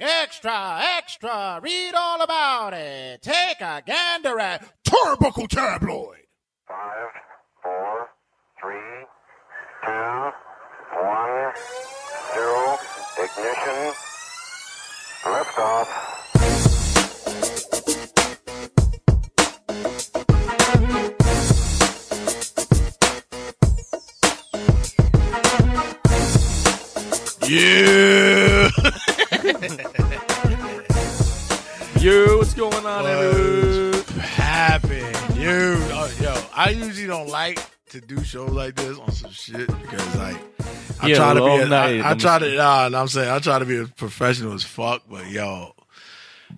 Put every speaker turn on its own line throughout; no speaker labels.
Extra, extra, read all about it. Take a gander at Turbuckle Tabloid.
Five, four, three, two, one, zero, ignition, liftoff.
Yeah.
Yo, what's going on, everyone?
happened, dude? Oh, yo, I usually don't like to do shows like this on some shit because like I
Yeah,
try to
long
be, a,
night.
I, I try to, nah, nah, I'm saying I try to be as professional as fuck, but yo,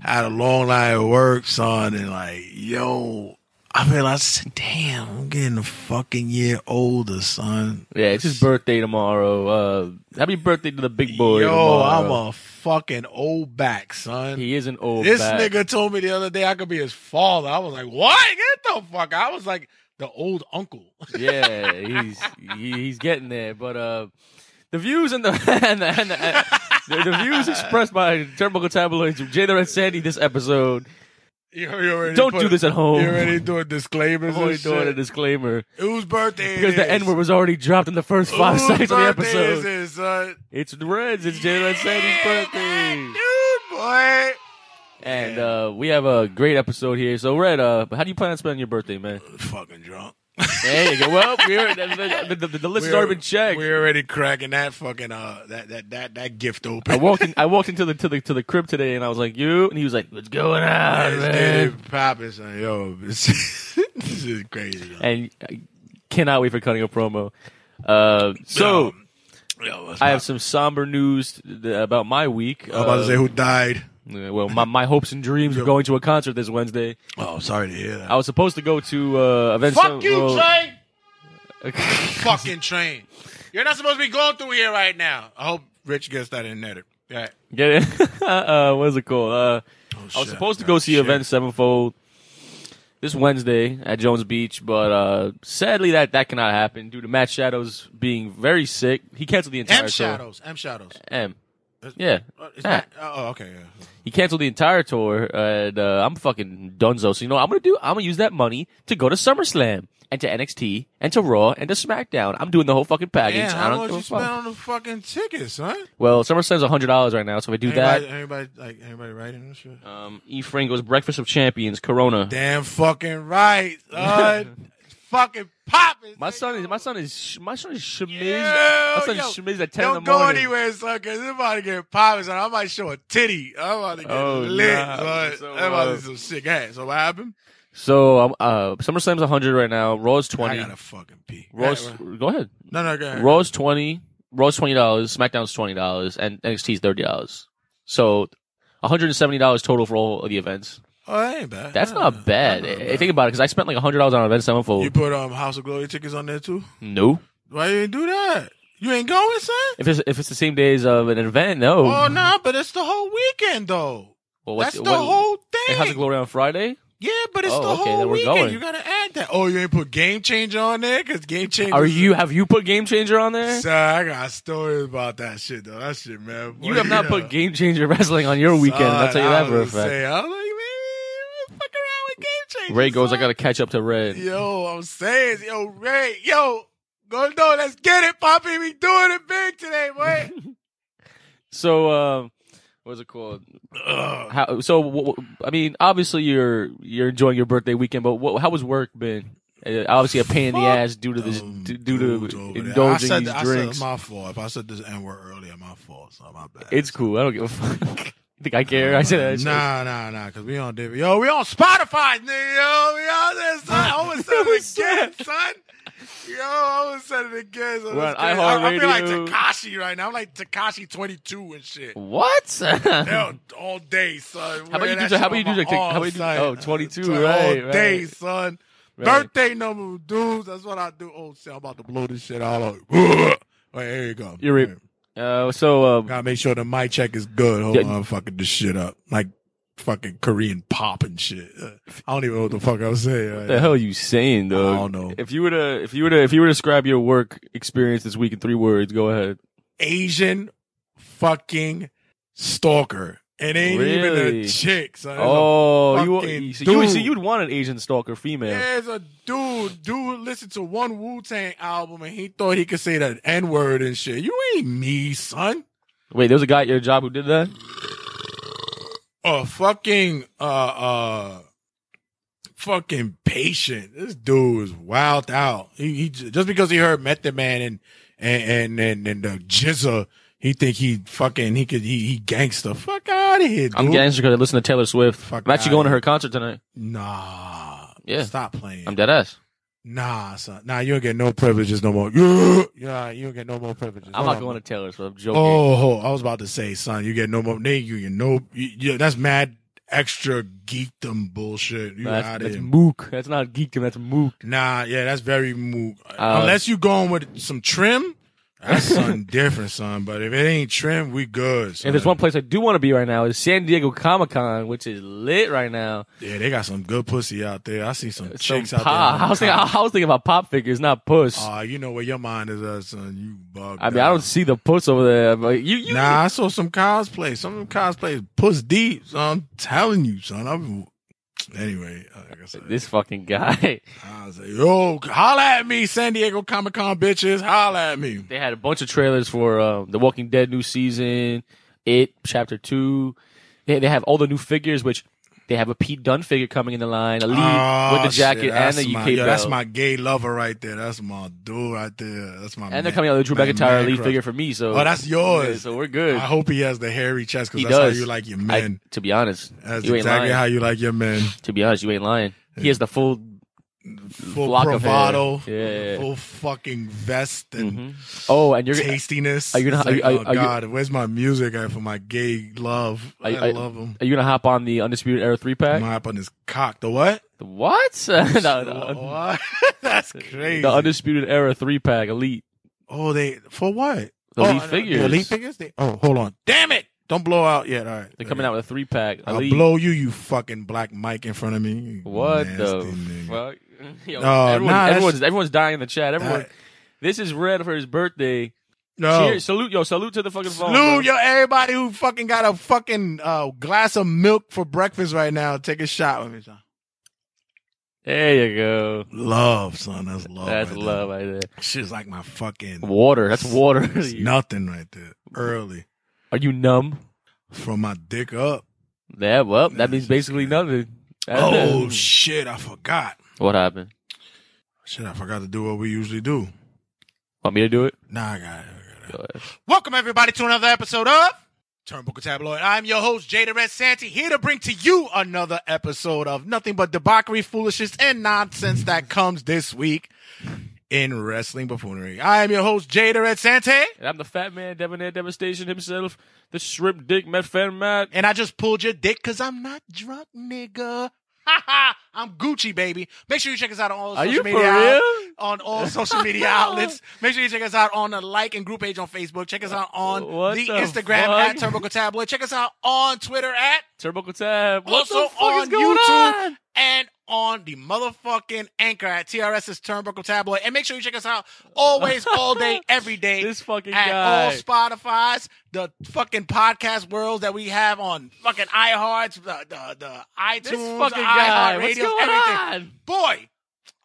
I had a long night at work, son, and like, yo. I realized, damn, I'm getting a fucking year older, son.
Yeah, it's his birthday tomorrow. Uh, happy birthday to the big boy.
Yo, I'm
tomorrow.
a fucking old back, son.
He is an old
This
bat.
nigga told me the other day I could be his father. I was like, what? Get the fuck. out." I was like the old uncle.
yeah, he's he, he's getting there. But uh, the views and the and the, and the, the, the views expressed by Turnbuckle Tabloids, Jada and Sandy this episode.
You, you already
Don't
put-
do this at home.
You already doing disclaimers.
I'm only
and
doing
shit.
a disclaimer
Whose birthday
because
it
the
is.
N word was already dropped in the first five
Whose
seconds of the
birthday
episode.
Is it, son?
It's the Reds. It's Jada and Sandy's
Yeah,
birthday.
Dude, boy.
And uh, we have a great episode here. So, Red, uh, how do you plan on spending your birthday, man?
Fucking drunk.
There you go. Well, we're, the, the, the, the list has
We're-
already been checked.
We're already cracking that fucking uh that that that that gift open.
I walked in. I walked into the to the to the crib today, and I was like, "You," and he was like, "What's going on,
This
Oh, man?"
dude popping, son. Yo, this, this is crazy. yo.
And I cannot wait for cutting a promo. Uh, so
Yo, what's
I
my-
have some uh, somber news th- about my week.
I'm about to say who died.
Uh, well, my, my hopes and dreams of going to a concert this Wednesday.
Oh, sorry to hear that.
I was supposed to go to uh, events.
Fuck you,
well,
train. Fucking train. You're not supposed to be going through here right now. I hope Rich gets that in there. Yeah. Oh,
Get it? uh, what is it called? Uh, I was supposed to go see Event Sevenfold this Wednesday at Jones Beach, but uh, sadly that that cannot happen due to Matt Shadows being very sick. He canceled the entire
M
tour.
Shadows. M Shadows.
M. Yeah,
Uh, it's
Ah.
not- oh, okay. Yeah.
he canceled the entire tour, and uh, I'm fucking dunzo. So you know what I'm gonna do? I'm gonna use that money to go to SummerSlam and to NXT and to Raw and to SmackDown. I'm doing the whole fucking package.
Damn,
I
how
don't
much
give a
you spend
fuck.
on the fucking tickets, huh?
Well, SummerSlam's hundred dollars right now, so if I do
Anybody,
that,
anybody, like, anybody writing and shit?
um, E. Frango's Breakfast of Champions, Corona.
Damn fucking right, son. It's fucking popping.
My
son.
son is my son is sh- my son is shmizz.
Yeah,
my son
yo,
is shmizz at ten in the
Don't
morning.
go anywhere, son, because it's about to get popping, son. I might show a titty. I'm about to get
Oh,
lit,
nah.
son.
So,
That about to
uh,
be some sick ass. So what happened?
So um, uh, SummerSlam's hundred right now. Raw's
I
twenty.
gotta fucking pee.
Raw's
Right, right.
go ahead.
No, no, go ahead.
Raw's twenty. Raw's twenty dollars. SmackDown's twenty dollars, and NXT's thirty dollars. So. $170 total for all of the events.
Oh, that ain't bad.
That's
Nah, nah,
not bad.
nah, nah,
Eh,
nah.
Think about it, because I spent like $100 on event
You
sevenfold.
put um House of Glory tickets on there too.
No.
Why you ain't do that? You ain't going, son.
If it's if it's the same day as uh, an event, no.
Oh nah, but it's the whole weekend though.
Well,
That's the whole
It has
thing.
a glory on Friday.
yeah, but it's
Oh,
the
okay,
whole
then we're
weekend.
going.
You gotta add that. Oh, you ain't put Game Changer on there because Game Changer.
Are you? Have you put Game Changer on there?
Son, I got stories about that shit though. That shit, man.
You have not
Yeah.
put Game Changer Wrestling on your weekend. I'll tell you
Son,
that for
I
a
was
fact.
saying, I was like, man, fuck around with Game Changer.
Ray goes, I
son."
gotta catch up to Red.
Yo, I'm saying, yo, Ray, yo, go no, let's get it, Poppy. We doing it big today, boy.
So, um, what's it called?
Ugh.
How, so, w- w- I mean, obviously you're you're enjoying your birthday weekend, but what, how was work been? Uh, obviously, a pain in the
Fuck
ass due to this,
Um,
d- due
dudes
to
over there.
indulging
I said,
these
I
drinks.
Said my fault. If I said this N word earlier, my fault. So my bad.
it's cool. I don't give a fuck. You think I care? I said that.
Nah, nah, nah, because we on different. Yo, we on Spotify, nigga. Yo, we on there, son. I almost said it again, son. Yo, I almost said it again. So
We're
that's
on
crazy. I, I feel like
iHeartRadio.
Takashi right now. I'm like Takashi 22 and shit.
What?
Yo, all day, son.
How about you
Wearing
do-
that
how about
shit
you
on
do
my
the- how
arm,
about you do-
son.
oh, 22,
All
right,
day,
right.
son.
Right.
Birthday number, dudes. That's what I do. Oh, shit, I'm about to blow this shit all out. Wait, here you go.
You're right. uh, so, um,
Gotta make sure the mic check is good. Hold
Yeah.
on, I'm fucking this shit up. Like fucking Korean pop and shit. Uh, I don't even know what the fuck I was saying.
What the hell are you saying, though?
don't know.
If you were to, if you were to, if you were to describe your work experience this week in three words, go ahead.
Asian fucking stalker. It ain't even a
Really?
chick, son. It's a
Oh, you,
fucking
you, so you, so
dude.
you'd want an Asian stalker female.
Yeah, it's a dude. Dude listened to one Wu Tang album and he thought he could say that N word and shit. You ain't me, son.
Wait, there was a guy at your job who did that?
A fucking uh uh fucking patient. This dude is wild out. He, he j- just because he heard Method Man and and and and, and the Jizza, he think he fucking he could he he gangster. Fuck out of here, dude.
I'm gangster because I listen to Taylor Swift.
Fuck
I'm actually
outta
going to
here.
her concert tonight.
Nah.
Yeah.
Stop playing.
I'm dead ass.
Nah, son. Nah, you don't get no privileges no more. Yeah, you don't get no more privileges.
I'm
Hold
not
on.
going to Taylor Swift. I'm joking.
Oh, ho, I was about to say, son, you get no more. Nigga, you get no. You, you- that's mad extra geekdom bullshit. You
that's,
out
that's
here.
mook. That's not geekdom. That's mook.
Nah, yeah, that's very moot.
Uh,
Unless you going with some trim, that's something different, son. But if it ain't trim, we good. Son.
And there's one place I do want to be right now is San Diego Comic Con, which is lit right now.
yeah, they got some good pussy out there. I see some
Some
chicks out
pop.
there.
I was, thinking, I was thinking about pop figures, not puss.
Ah, you know where your mind is at, son. You bug.
I mean, I don't see the puss over there. But you, you,
Nah, I saw some cosplay. Some of them cosplays puss deep. Son. I'm telling you, son. I'm anyway. Like I said,
this fucking guy.
I was like, yo, holla at me, San Diego Comic Con bitches. Holla at me.
They had a bunch of trailers for um, The Walking Dead new season, It Chapter Two. They they have all the new figures, which they have a Pete Dunn figure coming in the line, a lead with
Oh,
the jacket
shit,
and
that's
the UK
my,
belt.
yo, That's my gay lover right there. That's my dude right there. That's my
and they're coming out with the Drew McIntyre lead figure for me. So
Oh, that's yours.
Yeah, so we're good.
I hope he has the hairy chest because
he
that's
does.
how you like your
I-
men.
to be honest,
that's
you ain't
exactly
lying.
how you like your men.
to be honest, you ain't lying. He has the full.
Full
Block of hair.
bravado,
Yeah.
full fucking vest and
Oh, and you're
tastiness.
are you gonna-
It's
are you-
oh
are you-
God, where's my music at for my gay love?
Are
I,
you- are-
love him.
are you gonna hop on the Undisputed Era three pack?
My up on his cock. The what?
What? no, no.
What? That's Oh, crazy.
The Undisputed Era three pack elite.
oh, they for what? oh,
The lead
I- I-
figures.
The lead figures. They, oh, hold on. Damn it! Don't blow out yet. All right.
They're coming out with a three pack.
I'll blow you, you fucking black mic in front of me. you
What the
nasty nigga.
fuck? Yo,
Oh, nah,
everyone-
that's-
everyone's everyone's dying in the chat. Everyone,
That-
this is red for his birthday.
No.
Cheers, salute, yo, salute to the fucking phone. bro.
Salute yo everybody who fucking got a fucking uh, glass of milk for breakfast right now. Take a shot with me, son.
There you go.
Love, son. That's love.
That's
right
love right there.
There. Shit's like my fucking
Water. That's water.
it's nothing right there. Early
Are you numb?
from my dick up.
Yeah, well, that means basically nothing. That's
Oh
it.
shit! I forgot.
What happened?
Shit, I forgot to do what we usually do.
Want me to do it?
Nah, I got it. I got it.
Go ahead.
Welcome everybody to another episode of Turnbuckle Tabloid. I'm your host Jada Red Santi here to bring to you another episode of nothing but debauchery, foolishness, and nonsense that comes this week in wrestling buffoonery. I am your host Jada Red Santi,
And I'm the fat man, Debonair Devastation himself, the shrimp dick, Metfan Matt.
and I just pulled your dick because I'm not drunk, nigga. Ha ha! I'm Gucci, baby. Make sure you check us out on all
Are
social
you for
media.
real?
on all social media outlets. Make sure you check us out on the like and group page on Facebook. Check us out on
What
the,
the
Instagram
fuck?
at Turbo Tabloid. Check us out on Twitter at
Turbo Tab. What
also
the fuck
on
is going
YouTube
on?
and on the motherfucking anchor at TRS's Turnbuckle Tabloid. And make sure you check us out always, all day, every day.
This fucking
at
guy.
all Spotify's, the fucking podcast worlds that we have on fucking iHearts, the the, the iTunes,
This fucking guy. What's
iHeartRadio,
going
everything
on?
boy,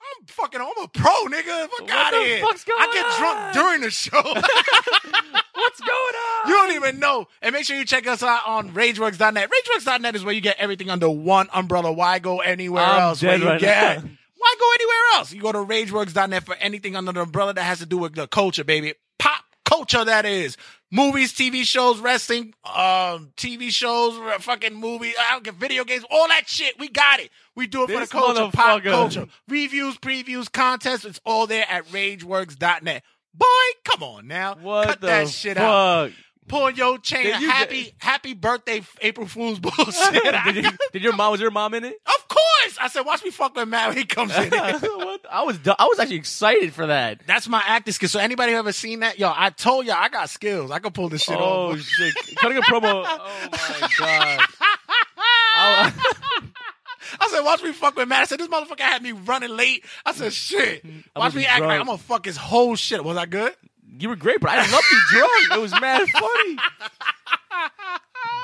I'm fucking, I'm a pro, nigga. Fuck
What
out
the
of here.
fuck's going
I get
on?
drunk during the show.
What's going on?
you don't even know. And make sure you check us out on RageWorks.net. RageWorks.net is where you get everything under one umbrella. Why go anywhere
I'm
else?
dead
where you
right
get-
now.
Why go anywhere else? You go to RageWorks.net for anything under the umbrella that has to do with the culture, baby. Pop culture, that is. Movies, TV shows, wrestling, um, TV shows, r- fucking movies, I don't get video games, all that shit. We got it. We do it for the
This
culture, pop
motherfucker.
culture. Reviews, previews, contests, it's all there at RageWorks.net. Boy, come on now.
What
Cut
the
that shit
fuck?
out. Pull your chain.
Did you
happy,
get-
happy birthday, April Fool's bullshit.
did, you, did your mom was your mom in it?
of course, I said, watch me fuck with Matt when he comes in.
What? I was du- I was actually excited for that.
That's my acting skill. So anybody who ever seen that, yo, I told y'all I got skills. I can pull this shit
Oh
off.
shit! Cutting a promo. Oh my god! I,
I said, watch me fuck with Matt. I said, this motherfucker had me running late. I said, shit. Watch
must
me
be
act like
drunk.
I'm gonna fuck his whole shit. Was I good?
you were great, but I love you drunk. It was mad funny.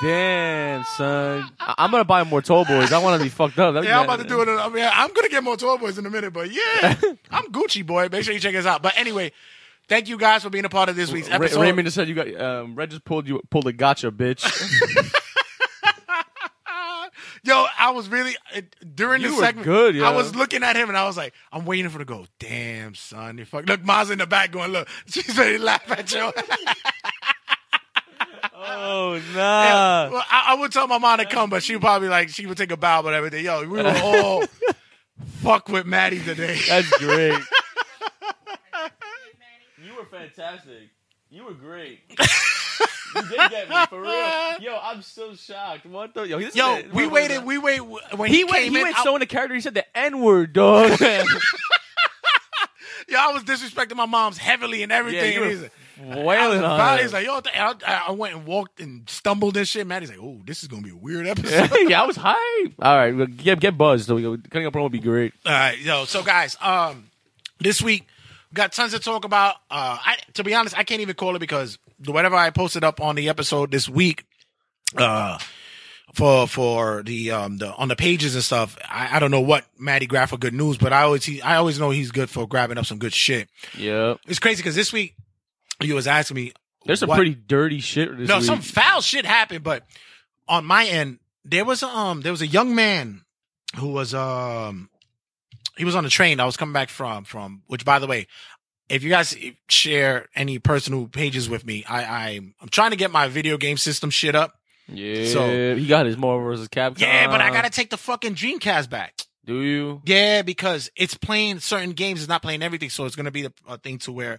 Damn, son. I- I'm gonna buy more toll boys. I want to be fucked up.
Yeah, I'm about to do it. in- I mean, I'm gonna get more toy boys in a minute, but yeah, I'm Gucci boy. Make sure you check us out. But anyway, thank you guys for being a part of this week's
Ra-
episode.
Raymond just said you got um, Red just pulled you pulled a gotcha, bitch.
Yo, I was really it- during
You
the
were
segment.
good, yo.
I was looking at him and I was like, I'm waiting for the go. Damn, son, you fuck. Look, Ma's in the back going, look, she's ready to laugh at you.
oh nah.
well, I, I would tell my mom to come, but she probably like she would take a bow, but everything. Yo, we were all fuck with Maddie today.
That's great. you were fantastic. You were great. you did get me for real. Yo, I'm so shocked. What the yo? this
Yo,
is-
we
wait, wait,
waited. We wait
wait.
when
He
he,
went.
came
He
in.
went
I-
so into character. He said the N word, dog.
yo, I was disrespecting my mom's heavily and everything.
you
and
were
he's like, I was
Wailing
about
on.
it.
him.
He's like, yo, I, I- I went and walked and stumbled and shit. Maddie's like, oh, this is gonna be a weird episode.
yeah, I was hype. All right, well, get get buzzed. So we go, cutting up promo would be great.
All right, yo. So guys, um, this week we got tons to talk about. Uh, I, to be honest, I can't even call it because whatever I posted up on the episode this week, uh, for for the um the on the pages and stuff, I, I don't know what Matty grabbed for good news, but I always he, I always know he's good for grabbing up some good shit.
Yep.
It's crazy because this week you was asking me,
There's some
what-
pretty dirty shit. This
no
week.
some foul shit happened, but on my end there was a, um there was a young man who was um he was on the train I was coming back from from which by the way if you guys share any personal pages with me I I I'm trying to get my video game system shit up
Yeah.
so-
he got his Marvel versus Capcom.
yeah but I gotta take the fucking Dreamcast back
Do you?
yeah because it's playing certain games it's not playing everything so it's gonna be a, a thing to where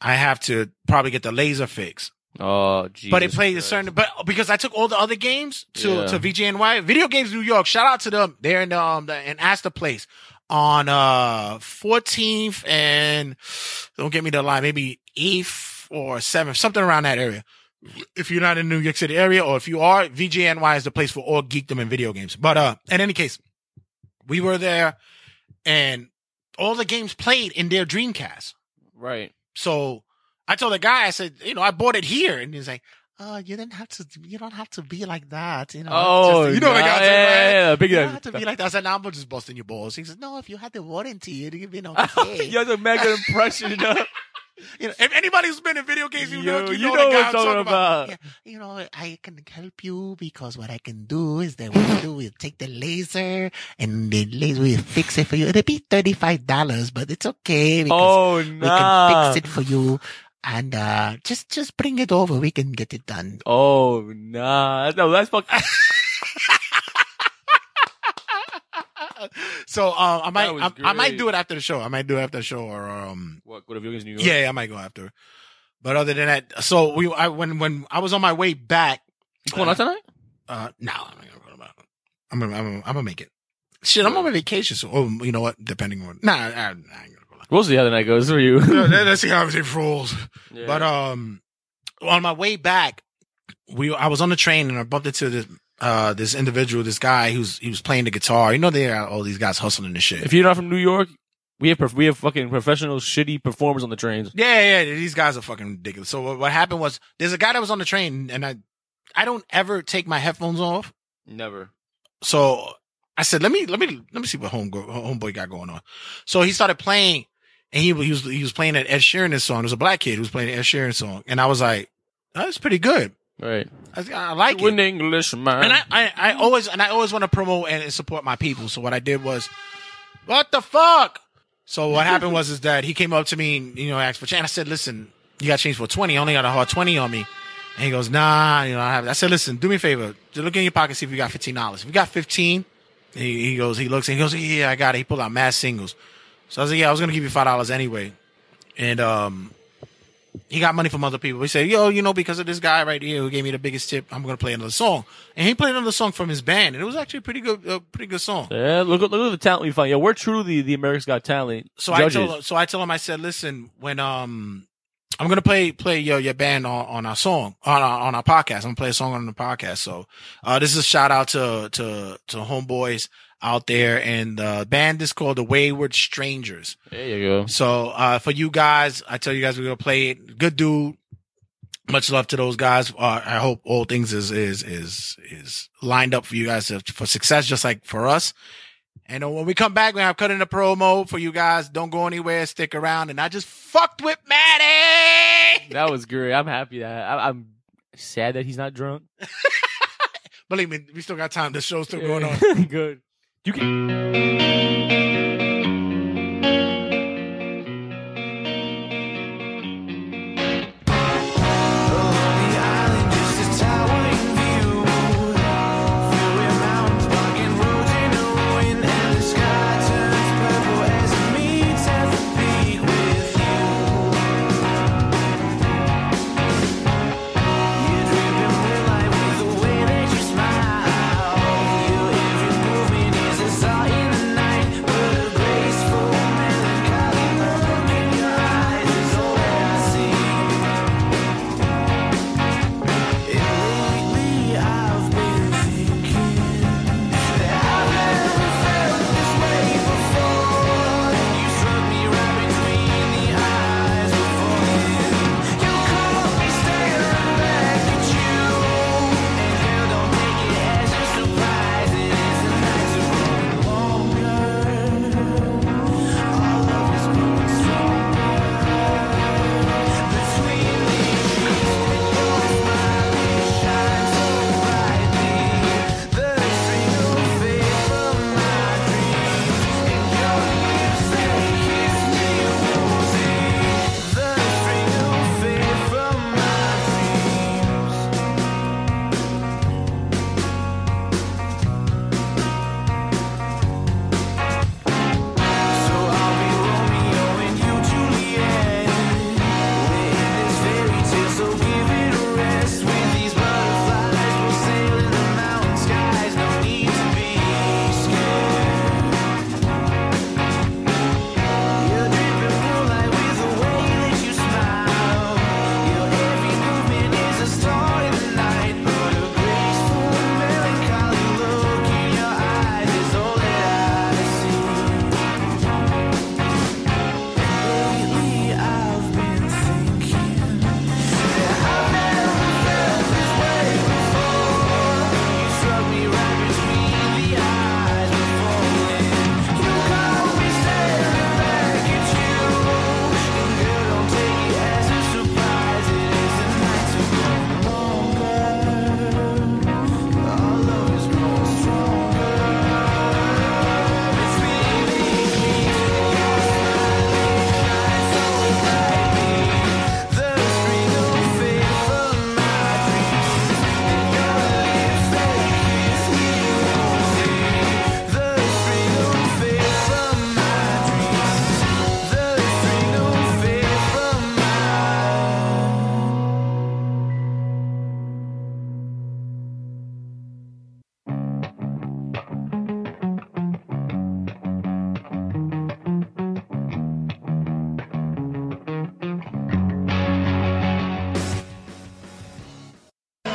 I have to probably get the laser fix
Oh, Jesus
but it played
Christ.
a certain. But because I took all the other games to
Yeah.
to VGNY Video Games New York. Shout out to them. They're in um the, in Astor Place on uh 14th and don't get me the line maybe 8th or 7th something around that area. If you're not in the New York City area or if you are VGNY is the place for all geekdom and video games. But uh in any case, we were there and all the games played in their Dreamcast.
Right.
So I told the guy, I said, you know, I bought it here, and he's like, "Oh, you didn't have to. You don't have to be like that. You know,
Oh,
Just- you know, like I
yeah,
said, right?
yeah, yeah, big
You
yeah.
don't have to be like that. I said, "Nah, I'm just busting your balls." He says, "No, if you had the warranty, it'd have been
Oh,
okay."
You're the mega impression. you know?
you know, if anybody's been in video games, you
Yo,
know, you,
you
know,
know
the
what
guy
I'm
I'm
talking
talking about.
about.
Yeah, you know, I can help you because what I can do is that what we do we'll take the laser and the laser will fix it for you. It'll be thirty five dollars, but it's okay because
oh,
we
nah.
can fix it for you and uh just just bring it over we can get it done
Oh, nah. No, that's fucking.
Ah. so um i might
That was
I, I might
great.
do it after the show i might do it after the show or um
what, what if you New York?
yeah i might go after but other than that so we i when when i was on my way back
You going out tonight?
uh no i'm not gonna go to- i'm gonna i'm gonna, I'm gonna make it shit i'm on vacation so oh, you know what depending on nah i, I ain't gonna go
We'll see how the night goes for you.
Let- let's see how everything rolls
Yeah.
But um, on my way back, we I was on the train and I bumped into this uh this individual, this guy who's he was playing the guitar. You know, they are all these guys hustling and shit.
if you're not from New York, we have prof- we have fucking professional shitty performers on the trains.
yeah, yeah, these guys are fucking ridiculous. So what, what happened was there's a guy that was on the train and I I don't ever take my headphones off,
Never.
so I said let me let me let me see what home homeboy got going on. So he started playing. And he, he was he was playing an Ed Sheeran song. It was a black kid who was playing an Ed Sheeran song, and I was like, "That's pretty good.
Right.
I, I like
You
it."
an English man.
And I, I, I always and I always want to promote and support my people. So what I did was, what the fuck? So what happened was is that he came up to me and you know asked for change. I said, listen, you got change for twenty. I only got a hard twenty on me. And he goes, nah, you know I have. I said, listen, do me a favor, just look in your pocket, see if you got fifteen dollars. If you got fifteen, he, he goes, he looks and he goes, yeah, I got it. He pulled out mass singles. So I was like, yeah, I was gonna give you five dollars anyway. And um, he got money from other people. He said, "Yo, you know, because of this guy right here who gave me the biggest tip, I'm gonna play another song." And he played another song from his band, and it was actually a pretty good, a pretty good song.
yeah, look at look at the talent we find. Yo, we're truly the America's Got Talent.
So
judges.
I told, him- so I told him, I said, "Listen, when um, I'm gonna play play your your band on, on our song on our, on our podcast. I'm gonna play a song on the podcast. So, uh, this is a shout out to to to homeboys out there, and the band is called the Wayward Strangers.
There you go.
So uh, for you guys, I tell you guys we're gonna play it. Good dude. much love to those guys. Uh, I hope all things is is is is lined up for you guys for success, just like for us. And uh, when we come back, we have cutting the promo for you guys. Don't go anywhere. Stick around. And I just fucked with Maddie.
That was great. I'm happy that I, I'm sad that he's not drunk.
Believe me, we still got time. The show's still going on.
Good. You can.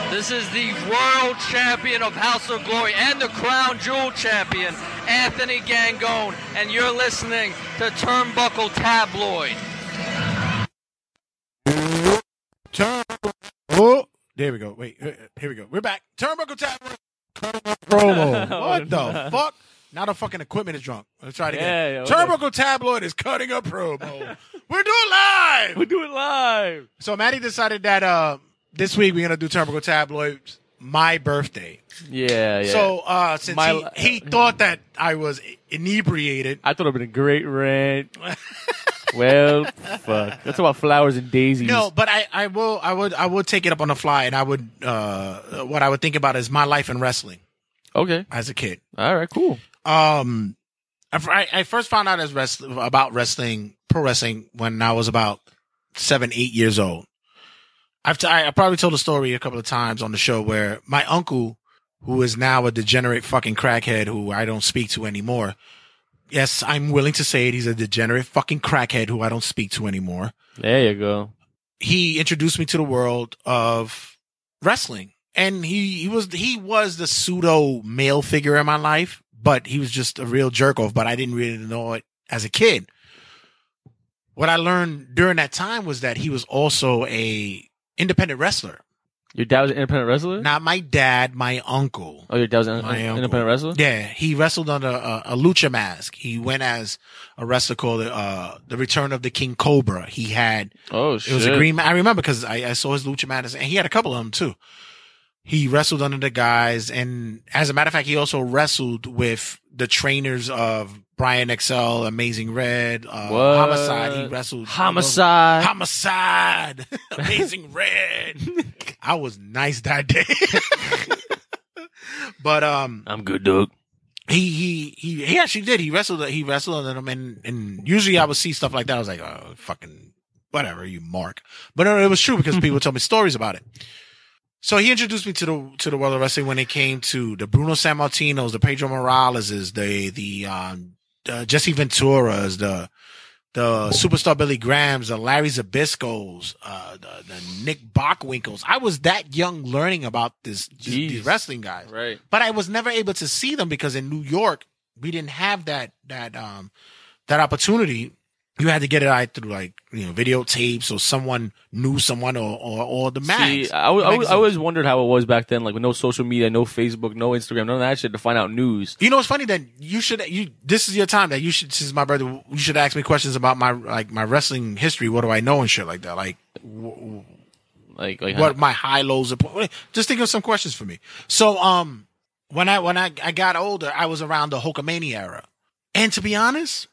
This is the world champion of House of Glory and the Crown Jewel champion, Anthony Gangone, and you're listening to Turnbuckle Tabloid.
Turn. Oh, there we go. Wait, uh, here we go. We're back. Turnbuckle tabloid. Turnbuckle promo.
Oh,
What the fuck? Now the fucking equipment is drunk. Let's try it again.
Yeah, yeah,
Turnbuckle tabloid is cutting a promo. We're doing live.
We do it live.
So Maddie decided that uh, this week we're gonna do Turnbuckle Tabloids. My birthday.
Yeah, yeah.
So uh, since
My-
he, he thought that I was i- inebriated,
I thought it'd been a great rant. well, fuck. That's about flowers and daisies.
no, but I, I will I would I would take it up on the fly, and I would uh, what I would think about is my life in wrestling
Okay.
as a kid.
All right. Cool.
Um, I, f- I- I first found out as wrest- about wrestling, pro wrestling, when I was about seven, eight years old. I've t- I I probably told a story a couple of times on the show where my uncle, who is now a degenerate fucking crackhead who I don't speak to anymore. Yes, I'm willing to say it. He's a degenerate fucking crackhead who I don't speak to anymore.
There you go.
He introduced me to the world of wrestling. And he, he was he was the pseudo male figure in my life, but he was just a real jerk off, but I didn't really know it as a kid. What I learned during that time was that he was also a independent wrestler.
Your dad was an independent wrestler.
Not my dad, my uncle.
oh, your dad was an
My uncle.
independent wrestler.
Yeah, he wrestled under a, a lucha mask. He went as a wrestler called uh, the Return of the King Cobra. He had
Oh
it
shit!
was a green. ma- I remember because I, I saw his lucha mask, and he had a couple of them too. He wrestled under the guys, and as a matter of fact, he also wrestled with the trainers of Brian XL, Amazing Red, uh,
What?
Homicide. He wrestled
Homicide.
Homicide, Amazing Red. I was nice that day. but um
I'm good, dog.
he he he he actually did. He wrestled he wrestled under them and and usually I would see stuff like that. I was like, oh fucking whatever, you mark. But no, it was true because people told me stories about it. So he introduced me to the to the world of wrestling when it came to the Bruno San Martinos, the Pedro Moraleses, the the um uh, Jesse Venturas, the the superstar Billy Grahams, the Larry Zabiscos, uh, the, the Nick Bockwinkles. I was that young learning about this these, these
Jeez.
wrestling guys
Right.
but I was never able to see them because in New York we didn't have that that um that opportunity. You had to get it out through like you know videotapes or someone knew someone or or, or the mags.
See, I, al- I, al- I
Magazine.
always wondered how it was back then, like with no social media, no Facebook, no Instagram, none of that shit to find out news.
You know, it's funny that you should you. This is your time that you should. Since my brother, you should ask me questions about my like my wrestling history. What do I know and shit like that. Like
Like, like
what my high lows are. Just think of some questions for me. So, um, when I when I, I got older, I was around the Hulkamania era, and to be honest,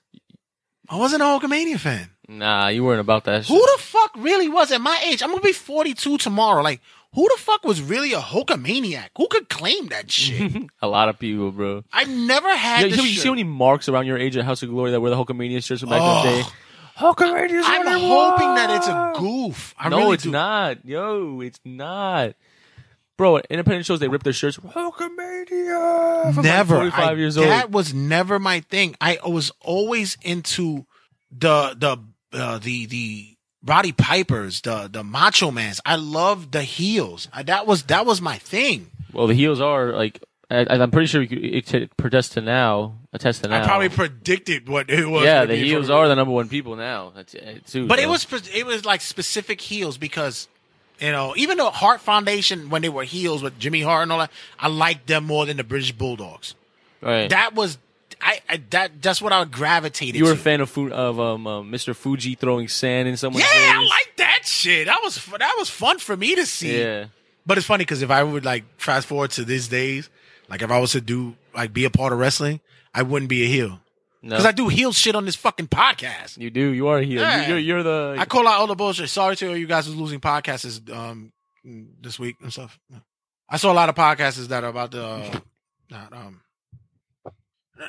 I wasn't a Hulkamania fan.
nah, you weren't about that. Shit.
Who the fuck really was at my age? I'm gonna be 42 tomorrow. Like, who the fuck was really a Hulkamaniac? Who could claim that shit?
A lot of people, bro.
I never
Yeah,
had.
you,
the
see, you
shirt.
see how many marks around your age at House of Glory that were the Hulkamania shirts from back in the day?
Oh.
Hulkamania's
I'm
what it
hoping that it's a
was.
goof. I
no,
really
it's
do.
not. Yo, it's not. Bro, at independent shows, they rip their shirts. Hulkamania! From
never
Like 45
I-
years old.
that was never my thing i was always into the the uh, the the roddy pipers the the macho mans i loved the heels I, that was that was my thing
Well, the heels are like. I, I'm pretty sure you could it t- protest to now. Attest to now.
i probably predicted what it was
yeah,
gonna
the
be
heels
for-
are the number one people now. That's, uh, too,
but it
so.
was pre- it was like specific heels because you know even the heart foundation when they were heels with jimmy hart and all that i liked them more than the british bulldogs
right.
that was I, I that that's what I gravitated.
you were a
to.
fan of fu- of um, uh, Mr. Fuji throwing sand in someone's
Yeah,
face.
I like that shit. That was fu- that was fun for me to see.
Yeah,
But it's funny because if I would like fast forward to these days, like if I was to do like be a part of wrestling, I wouldn't be a heel
no,
because I do heel shit on this fucking podcast.
you do. You are a heel.
Yeah.
You, you're, you're the.
I call out all the bullshit. Sorry to all you guys who's losing podcasts this, um this week and stuff. I saw a lot of podcasts that are about the uh, not um.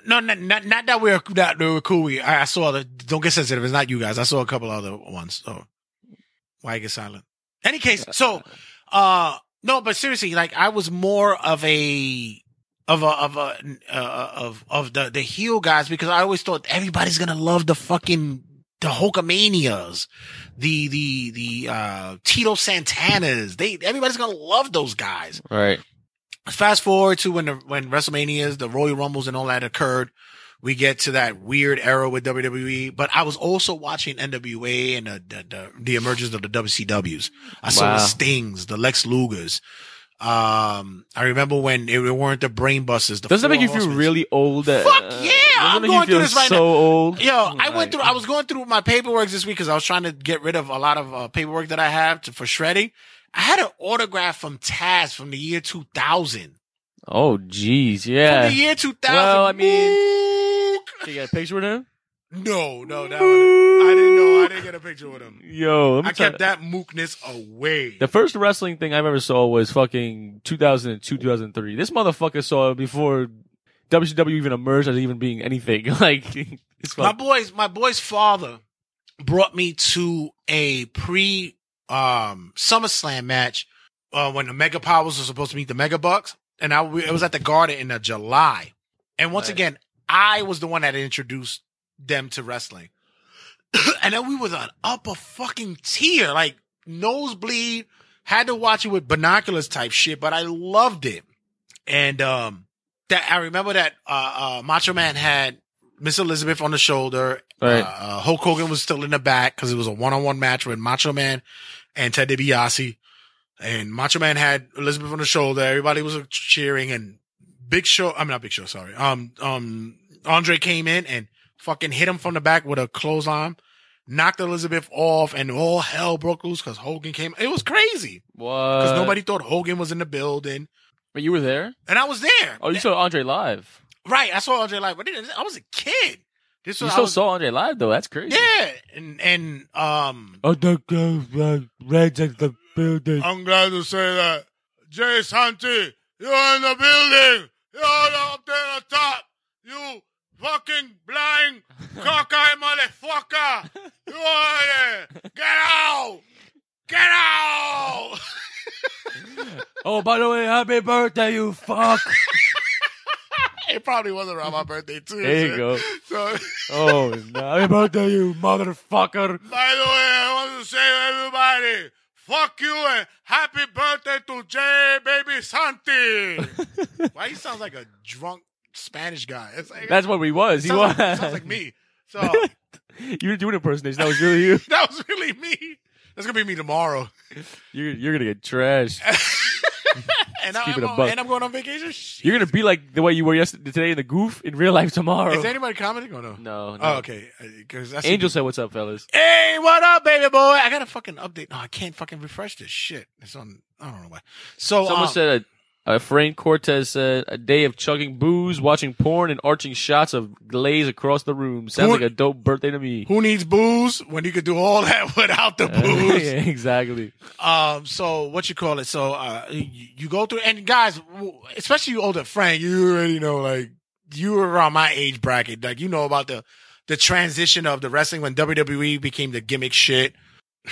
No, not, not not that we're that we were cool. We I, I saw the don't get sensitive. It's not you guys. I saw a couple other ones. So why get silent? Any case, so uh no, but seriously, like I was more of a of a of a uh, of of the the heel guys because I always thought everybody's gonna love the fucking the Hulkamanias, the the the uh Tito Santanas. They everybody's gonna love those guys.
right.
Fast forward to when the when WrestleManias, the Royal Rumbles, and all that occurred. We get to that weird era with WWE, but I was also watching NWA and the the, the, the emergence of the WCWs. I saw
Wow.
the Stings, the Lex Lugers. Um, I remember when it weren't the Brainbusters. The
Doesn't that
Four
make you feel
Horsemen.
really old? uh, Fuck
Fuck yeah! I'm going through this right
so
now.
old.
Yo, I
Like,
went through. I was going through my paperwork this week because I was trying to get rid of a lot of uh, paperwork that I have to, for shredding. I had an autograph from Taz from the year 2000.
Oh jeez,
From
yeah.
the year 2000.
Well, I mean-
Mook.
you got a picture with him?
no, no, that one. I didn't know. I didn't get a picture with him.
Yo, let me
I
tell-
kept that mookness away.
The first wrestling thing I've ever saw was fucking 2002, 2003. This motherfucker saw it before WCW even emerged as even being anything. like, it's
my
fuck-
boys, my boy's father brought me to a pre um SummerSlam match uh, when the Mega Powers were supposed to meet the Mega Bucks, and I it was at the Garden in uh, July. And once
Right.
again, I was the one that introduced them to wrestling, and then we was on upper fucking tier, like nosebleed. Had to watch it with binoculars type shit, but I loved it. And um that I remember that uh, uh Macho Man had Miss Elizabeth on the shoulder.
Right.
Uh, uh, Hulk Hogan was still in the back because it was a one-on-one match with Macho Man and Ted DiBiase. and Macho Man had Elizabeth on the shoulder. Everybody was cheering, and Big Show. I'm not Big Show. Sorry. Um, um, Andre came in and fucking hit him from the back with a clothesline, knocked Elizabeth off, and all hell broke loose because Hogan came. It was crazy
What?
because nobody thought Hogan was in the building,
But you were there?
and I was there.
Oh, you saw Andre live.
right? I saw Andre live, but I was a kid. This
you
was I
still
was-
saw Andre live though. That's crazy.
Yeah, and and um,
Oh, the uh, Reds in the building.
I'm glad to say that Jay Santi, you're in the building. You're up there at the top. You fucking blind cockeye motherfucker. You are there. Get out. Get out.
Oh, by the way, happy birthday, you fuck.
it probably was around my birthday too.
There you
so-
go.
So.
Oh, no. happy birthday, you motherfucker.
By the way, I want to say to everybody, fuck you and happy birthday to J Baby Santi. Why he sounds like a drunk Spanish guy? It's like,
That's what he was.
it
He
sounds
was.
Like, it sounds like me. So
you were doing impersonation. That was really you.
that was really me. That's gonna be me tomorrow.
You're, you're gonna get trashed.
And,
keep
I'm,
it a
on,
buck.
and I'm going on vacation. Shit.
You're gonna be like the way you were yesterday, today in the goof in real life tomorrow.
Is anybody commenting or no?
no, no.
Oh, okay. Uh, 'cause that's
Angel said, "What's up, fellas?"
Hey, what up, baby boy? I got to fucking update. No, I can't fucking refresh this shit. It's on. I don't know why. So
Someone
um,
said, uh, uh, "Frank Cortez said a day of chugging booze, watching porn, and arching shots of glaze across the room sounds
Porn-
like a dope birthday to me."
Who needs booze when you could do all that without the booze?
yeah, exactly.
Um, so what you call it? So uh, you, you go through, and guys, w- especially you older Frank, you already know, like you were around my age bracket, like you know about the the transition of the wrestling when WWE became the gimmick shit.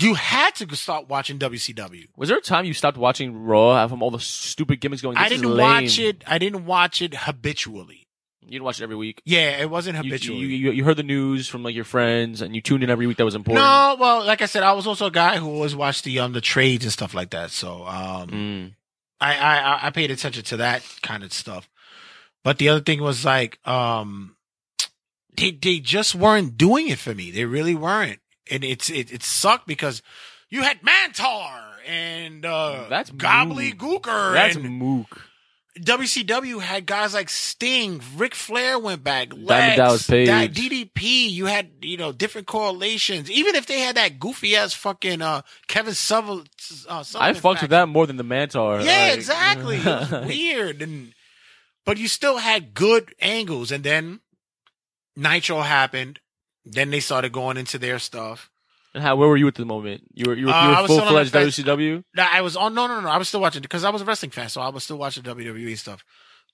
You had to start watching WCW.
Was there a time you stopped watching Raw from all the stupid gimmicks going? This
I
is
didn't
lame.
watch it. I didn't watch it habitually.
You didn't watch it every week.
Yeah, it wasn't
You,
habitually.
you, you, you heard the news from like your friends, and you tuned in every week. That was important.
no, well, like I said, I was also a guy who always watched the um the trades and stuff like that. So um,
Mm.
I, I I- I paid attention to that kind of stuff. But the other thing was like um they they just weren't doing it for me. They really weren't. And it's it, it sucked because you had Mantar and uh
That's
Gobbly
Moog.
Gooker
That's
and
mook.
WCW had guys like Sting, Ric Flair went back, Lex,
Dallas Page.
that DDP. You had you know different correlations. Even if they had that goofy ass fucking uh Kevin Sullivan, uh,
I
Sullivan
fucked with
faction.
that more than the Mantar.
Yeah,
like-
exactly. It was weird, and but you still had good angles. And then Nitro happened. Then they started going into their stuff.
And how? Where were you at the moment? You were you were,
Uh,
you
I
were
was
full
still on the
fledged
fence.
WCW.
Now, I was on. No, no, no. I was still watching because I was a wrestling fan, so I was still watching WWE stuff.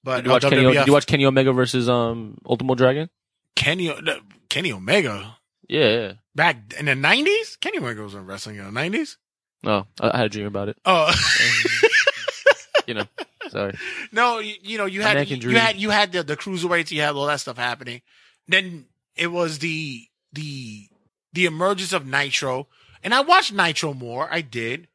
But
Did you, watch
uh,
Kenny,
WWF
did you watch Kenny Omega versus um Ultimo Dragon?
Kenny no, Kenny Omega
Yeah, yeah.
back in the nineties? Kenny Omega was in wrestling in the nineties.
No, I, I had a dream about it.
Oh
You know, sorry.
no, you, you know you had
American
you,
Dream.
had you had the the cruiserweights, you had all that stuff happening. Then it was the the the emergence of Nitro, and I watched Nitro more. I did,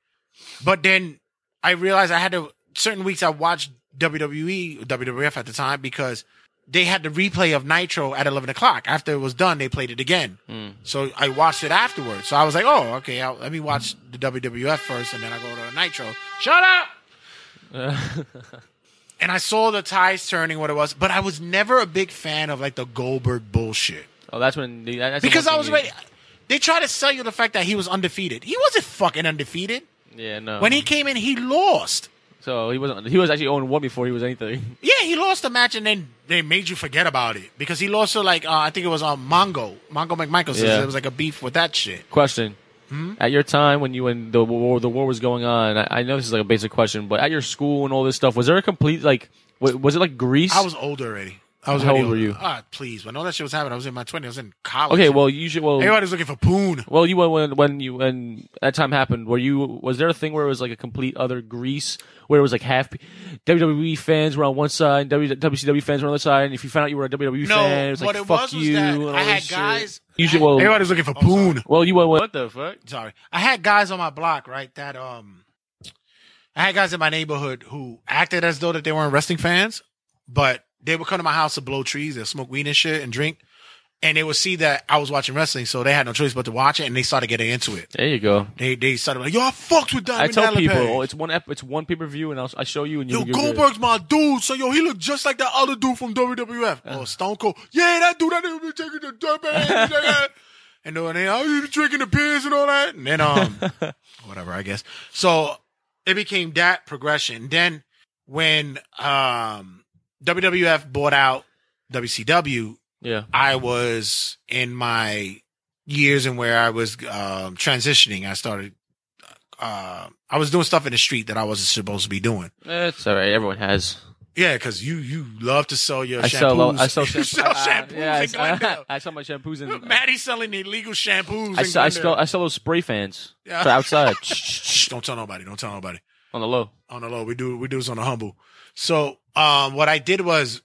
but then I realized I had to certain weeks I watched E, WWE WWF at the time because they had the replay of Nitro at eleven o'clock. After it was done, they played it again.
Hmm.
So I watched it afterwards. So I was like, oh, okay, I'll, let me watch the WWF first, and then I go to Nitro. Shut up. and I saw the ties turning what it was, but I was never a big fan of like the Goldberg bullshit
Oh, that's when the, that's the
because I
one thing
was
you-
ready. They try to sell you the fact that he was undefeated. He wasn't fucking undefeated.
Yeah, no.
When he came in, he lost.
so he wasn't. He was actually owned one before he was anything.
Yeah, he lost the match, and then they made you forget about it because he lost to like uh, I think it was on Mongo, Mongo McMichael. So
Yeah.
There was like a beef with that shit.
Question.
Hmm?
At your time when you when the war the war was going on, I, I know this is like a basic question, but at your school and all this stuff, was there a complete like wa- was it like Greece?
I was older already. I was
How
already
old were
older.
you?
Ah, please. When all that shit was happening, I was in my twenties. I was in college.
okay. Well, you should. Well,
everybody was looking for Poon.
Well, you went when when you when that time happened. Were you was there a thing where it was like a complete other Greece where it was like half WWE fans were on one side, and W- WCW fans were on the other side, and if you found out you were a WWE
No,
fan, it was
what
like
it
fuck
was was
you.
that
and all
I had
this shit. Oh.
guys-
Usually, well,
Everybody was looking for Poon.
well, you went what the fuck?
sorry. I had guys on my block, right? That um, I had guys in my neighborhood who acted as though that they weren't wrestling fans, but they would come to my house to blow trees, and smoke weed and shit, and drink. and they would see that I was watching wrestling, so they had no choice but to watch it, and they started getting into it.
There you go.
They they started like, yo, I fucked with Diamond
I tell
Dallas
people
Page.
oh, it's one ep- it's one pay per view, and I'll, I show you, and you
Yo,
you're good.
Goldberg's my dude. So yo, he looked just like that other dude from WWF. Oh, Stone Cold. Yeah, that dude. That nigga been taking the dirt bag. and then they, oh, he been drinking the beers and all that. And then um, whatever, I guess. So it became that progression. Then when um WWF bought out WCW,
Yeah,
I was in my years and where I was um, transitioning. I started. Uh, I was doing stuff in the street that I wasn't supposed to be doing.
Eh, it's all right. Everyone has.
Yeah, because you you love to sell your
I
shampoos.
sell. lo- I sell
you
shampoos.
sell shampoos
yeah, I,
in Glendale.
I, I sell my shampoos in.
Maddie's selling illegal shampoos.
I
in
sell, I,
Glendale.
sell, I sell those spray fans
Yeah.
for outside
Shh, don't tell nobody. Don't tell nobody.
on the low.
On the low, we do we do this on the humble. So, um, what I did was,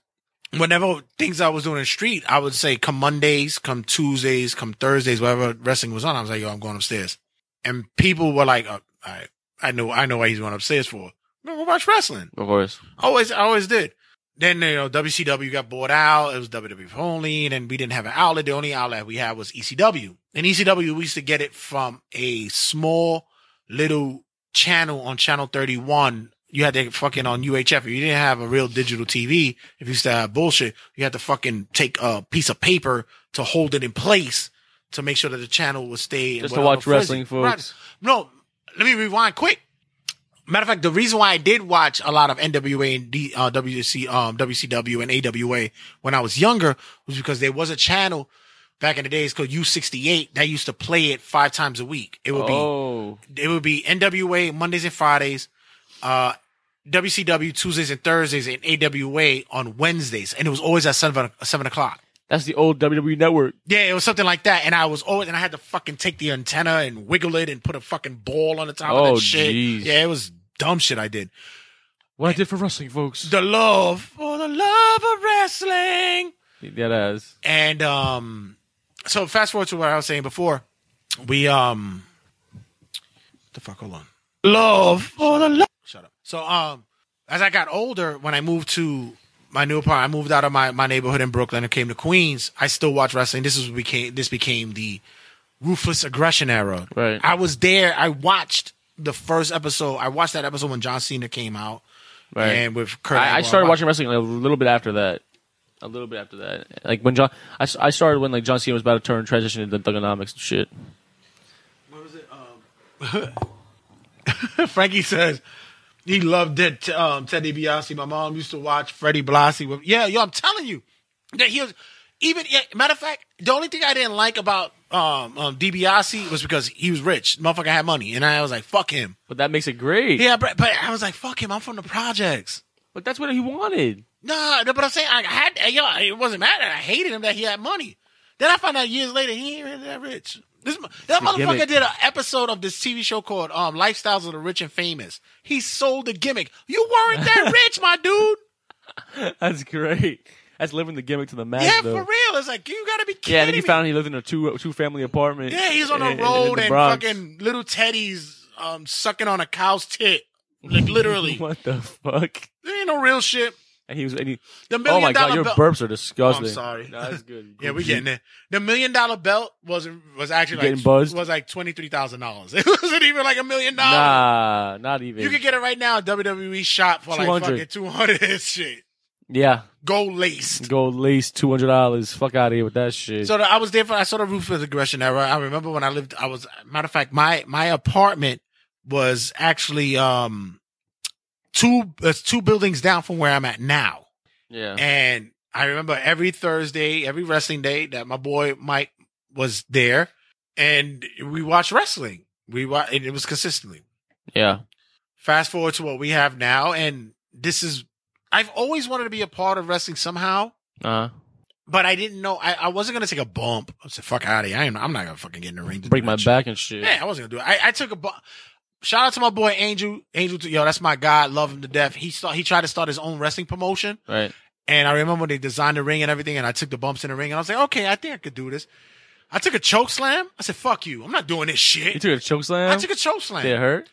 whenever things I was doing in the street, I would say, come Mondays, come Tuesdays, come Thursdays, whatever wrestling was on. I was like, yo, I'm going upstairs, and people were like, uh, I I know I know why he's going upstairs for. No, go watch wrestling.
Of course.
Always, I always did. Then you know WCW got bought out. It was WWF only, and then we didn't have an outlet. The only outlet we had was ECW. And ECW, we used to get it from a small little channel on Channel Thirty One. You had to fucking on UHF. If you didn't have a real digital TV, if you used to have bullshit, you had to fucking take a piece of paper to hold it in place to make sure that the channel would stay. and
Just to
whatever
watch wrestling,
frizzy- Right.
folks.
No, let me rewind quick. Matter of fact, the reason why I did watch a lot of NWA and D, uh, WC, um, WCW and AWA when I was younger was because there was a channel back in the days called U68 that used to play it five times a week. It would
Oh,
be it would be NWA Mondays and Fridays, uh, WCW Tuesdays and Thursdays, and AWA on Wednesdays, and it was always at seven seven o'clock.
that's the old WWE Network.
Yeah, it was something like that, and I was always and I had to fucking take the antenna and wiggle it and put a fucking ball on the top of
Oh,
that shit.
jeez.
Yeah, it was dumb shit I did.
What I did for wrestling, folks.
The love for the love of wrestling.
That ass.
And um so fast forward to what I was saying before. We um the fuck hold on. Love for the love Shut up. So um as I got older, when I moved to my new apartment, I moved out of my, my neighborhood in Brooklyn and came to Queens. I still watch wrestling. This is what became this became the ruthless aggression era.
Right.
I was there. I watched the first episode. I watched that episode when John Cena came out.
Right.
And with Kurt
I, I
Angle,
started
watched-
watching wrestling a little bit after that. A little bit after that, like when John, I, s- I started when like John Cena was about to turn transition into thugonomics and shit.
Frankie says he loved that um, Teddy DiBiase. My mom used to watch Freddie Blassie. With, yeah, yo, I'm telling you that he was even. Yeah, matter of fact, the only thing I didn't like about um, um, DiBiase was because he was rich. Motherfucker had money, and I was like, fuck him.
But that makes it great.
Yeah, but, but I was like, fuck him. I'm from the projects.
But that's what he wanted.
Nah, no, but I'm saying I had. Yo, it wasn't mad. I hated him that he had money. Then I found out years later he ain't really that rich. This mo- that motherfucker
gimmick.
did an episode of this TV show called um, "Lifestyles of the Rich and Famous." He sold the gimmick. You weren't that rich, my dude.
That's great. That's living the gimmick to the max.
Yeah,
though.
for real. It's like you gotta be kidding
Yeah, and then
me.
he found he lived in a two two family apartment.
yeah, he's on
in-
the
in- in
road
the
and
Bronx.
fucking little Teddy's um, sucking on a cow's tit, like literally.
What the fuck?
there ain't no real shit.
And he was. And he,
The
oh
million
my god,
dollar
your
bill- Oh,
burps are disgusting.
I'm sorry.
No, that's good.
Yeah, we're getting there. The million dollar belt was was actually
You
like
getting buzzed?
was like twenty three thousand dollars. It wasn't even like a million dollars.
Nah, not even.
You could get it right now at WWE shop for like
200.
fucking two hundred and shit.
yeah,
Gold laced.
go at least two hundred dollars. Fuck out of here with that shit.
So the, I was there for I saw the ruthless aggression era. I remember when I lived I was matter of fact, my my apartment was actually um two it's two buildings down from where I'm at now.
yeah,
And I remember every Thursday, every wrestling day that my boy Mike was there and we watched wrestling. We wa- and it was consistently.
yeah.
Fast forward to what we have now and this is I've always wanted to be a part of wrestling somehow,
Uh,
but I didn't know I, I wasn't gonna take a bump. I said, fuck out of here. I am, I'm not gonna fucking get in the ring. to do
break my
that shit."
back and shit.
Yeah, I wasn't gonna do it. I, I took a bu- shout out to my boy Angel. Angel, yo, that's my guy. Love him to death. He start, he tried to start his own wrestling promotion.
Right.
And I remember when they designed the ring and everything, and I took the bumps in the ring, and I was like, okay, I think I could do this. I took a choke slam. I said, fuck you. I'm not doing this
You
shit.
took a choke slam.
I took a choke slam.
Did it hurt?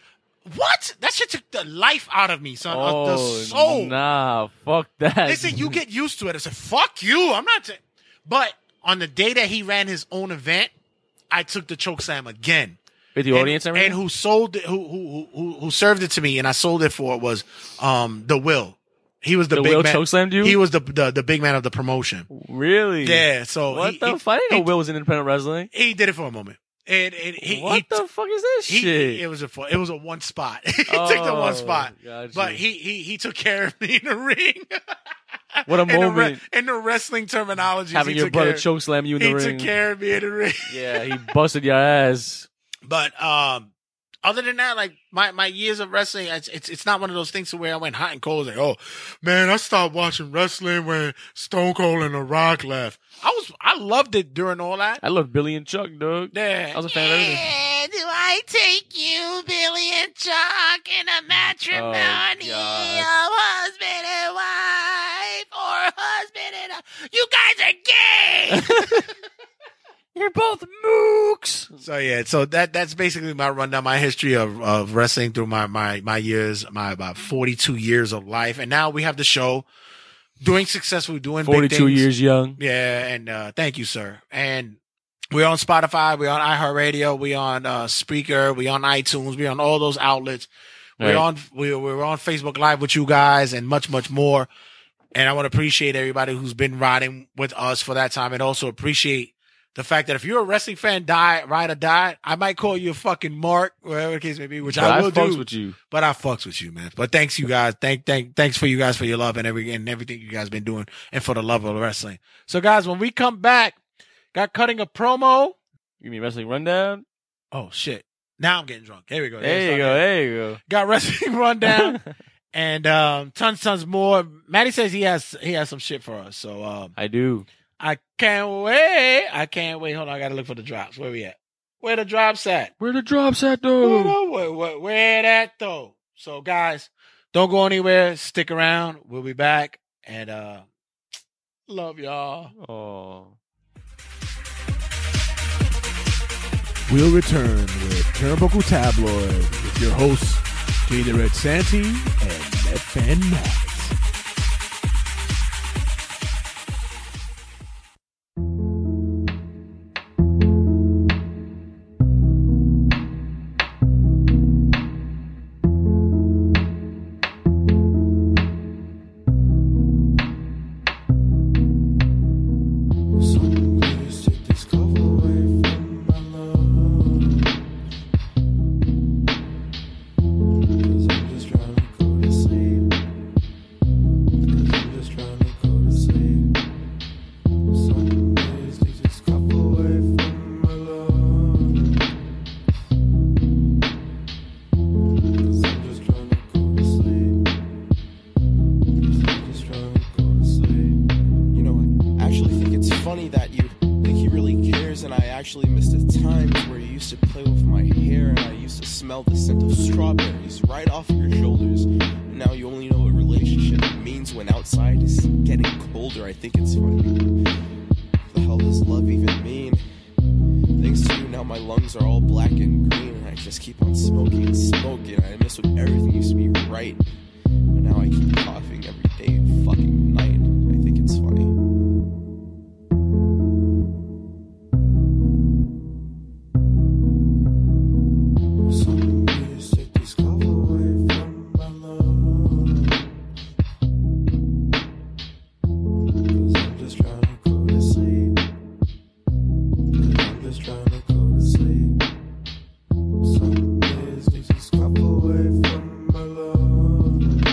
What? That shit took the life out of me, son. of Uh, the
Oh,
soul.
nah. Fuck that.
They said, you get used to it. I said, fuck you. I'm not. ta-" but on the day that he ran his own event, I took the choke slam again.
With the
and,
audience and
and
everything?
who sold it, who, who who who served it to me, and I sold it for was um the Will. He was the,
The
big
Will
man.
chokeslammed you?
He was the, the the big man of the promotion.
really?
Yeah. So
What
he,
the
he,
fuck? I didn't know
he-
Will was in independent wrestling.
He did it for a moment. And, and he,
what
he,
the fuck is this
he-
shit?
It was a fu- it was a one spot. he took the one
Oh,
spot,
gotcha.
but he he he took care of me in the ring.
what a
in, the re-
moment.
in the wrestling terminology,
Having
he
your
took
brother
care-
choke slam you in
He
the
took
ring.
care of me in the ring.
Yeah, he busted your ass.
But um, other than that, like my, my years of wrestling, it's, it's it's not one of those things to where I went hot and cold. Like, oh man, I stopped watching wrestling when Stone Cold and The Rock left. I was I loved it during all that.
I love Billy and Chuck, dog.
Yeah,
I was a fan of everything.
Yeah, do I take you, Billy and Chuck, in a matrimony?
Oh, God.
a husband and wife, or a husband and a. You guys are gay!
You're both mooks.
so, yeah, so that that's basically my rundown, my history of, of wrestling through my, my, my years, my about 42 years of life. And now we have the show doing successful, doing big
42
things.
years young.
Yeah, and uh, thank you, sir. And we're on Spotify, we're on iHeartRadio, we on uh, Speaker, we on iTunes, we on all those outlets.
Right.
We're on we we're on Facebook Live with you guys and much much more. And I want to appreciate everybody who's been riding with us for that time, and also appreciate the fact that if you're a wrestling fan, die ride or die, I might call you a fucking mark, whatever the case may be, which
But
I
I
will
fucks
do.
with you.
But I fucks with you, man. But thanks you guys. Thank thank thanks for you guys for your love and every and everything you guys been doing and for the love of wrestling. So guys, when we come back, got cutting a promo.
You mean wrestling rundown?
Oh shit. Now I'm getting drunk. Here we go.
There you
Let's
go.
start
There you go.
Got wrestling rundown and um tons, tons more. Maddie says he has he has some shit for us. So um
I do.
I can't wait. I can't wait. Hold on, I gotta look for the drops. Where we at? Where the drops at?
Where the drops at,
Where,
though?
the- where, where, where that though? So guys, don't go anywhere. Stick around. We'll be back. And uh love y'all.
Oh.
We'll return with Turnbuckle Tabloid with your hosts, Jada Red Santi and Matt Fan Matt.
You know, I actually think it's funny that you think he really cares, and I actually missed the times where you used to play with my hair and I used to smell the scent of strawberries right off your shoulders. And now you only know what relationship means when outside is getting colder. I think it's funny. What the hell does love even mean? Thanks to you, now my lungs are all black and green, and I just keep on smoking and smoking. I miss when everything used to be right, but now I keep coughing every day and fucking night. I think it's funny.
Some days, just away from my love.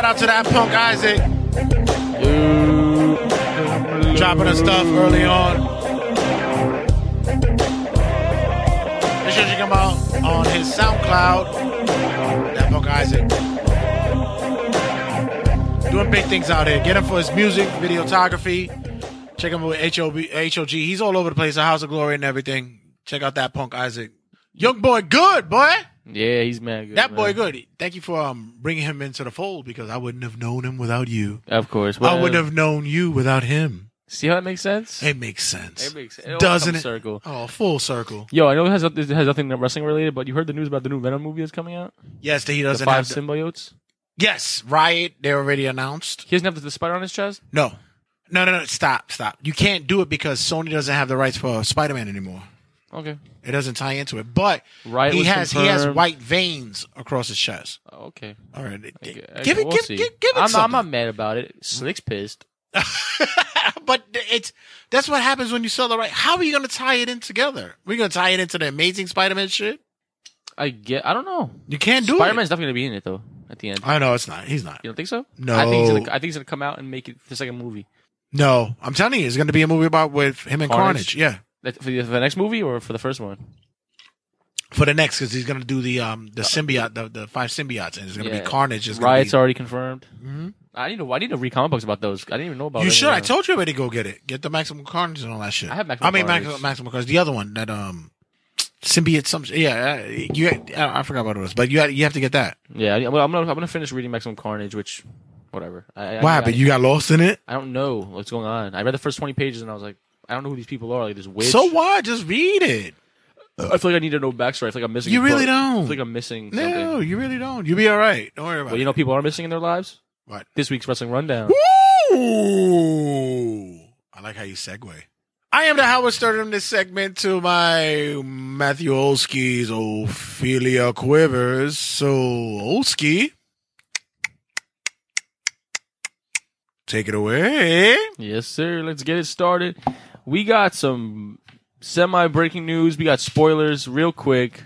out to that punk Isaac. Dropping the stuff early on. Make sure you come out on his SoundCloud. That punk Isaac. Doing big things out here. Get him for his music, videography. Check him out with HOB, HOG. He's all over the place, a house of glory and everything. Check out that punk Isaac. Young boy, good boy.
Yeah, he's mad good.
That
man.
boy good. Thank you for um, bringing him into the fold because I wouldn't have known him without you.
Of course.
I
Well,
wouldn't have known you without him.
See how that makes sense?
It makes sense.
It makes- it all
Doesn't
comes
it?
circle.
Oh, full circle.
Yo, I know it has, it has nothing wrestling related, but you heard the news about the new Venom movie that's coming out?
Yes, that he
The
doesn't
five
have. the-
symbiotes?
yes, Riot, they already announced.
He doesn't have the, the spider on his chest?
No. No, no, no. Stop, stop. You can't do it because Sony doesn't have the rights for Spider Man anymore.
Okay.
It doesn't tie into it. But
Riot
he
was
has he has
confirmed.
white veins across his chest.
Okay.
All right.
I
Give
gu-
it,
I-
give,
we'll
give,
see.
give, give it
I'm, not- I'm
something.
not mad about it. Slick's pissed.
but it's that's what happens when you sell the right. How are you going to tie it in together? We're going to tie it into the Amazing Spider-Man shit.
I get. I don't know.
You can't do
Spider
it.
Man's definitely gonna be in it though. At the end,
I know it's not. He's not.
you don't think so?
No.
I think he's gonna, I think he's gonna come out and make it the second movie.
No, I'm telling you, it's going to be a movie about with him and Carnage.
Carnage?
Yeah,
That, for, the, for the next movie or for the first one?
for the next because he's going to do the um the symbiote the, the five symbiotes and it's going to
Uh, Yeah.
be Carnage. It's gonna
Riot's
be- Mm-hmm.
already confirmed. I need to. I need to read comic books about those. I didn't even know about.
you
any
should.
of
I
them.
told you already. Go get it. Get the Maximum Carnage and all that shit.
I have Maximum
I mean
Carnage.
Maximum, Maximum Carnage. The other one that um symbiote some yeah uh, you I, I forgot what it was but you had, you have to get that.
Yeah, I- I'm gonna, I'm gonna. I'm gonna finish reading Maximum Carnage, which, whatever. I, I,
What
I,
happened? You got lost in it.
I don't know what's going on. I read the first 20 pages and I was like, I don't know who these people are. Like this witch.
So why? Just read it.
I feel like I need to know backstory. I feel like I'm missing.
You
a
really
book. I
don't.
feel like I'm missing.
No,
Something.
you really don't. You'll be all right. Don't worry about
But you know, people are missing in their lives.
What?
This week's wrestling rundown.
it. Ooh. I like how you segue. I am the Howard Sternum. This segment to my Matthew Olsky's Ophelia Quivers. So, Olsky, take it away.
Yes, sir. Let's get it started. We got some semi breaking news. We got spoilers real quick.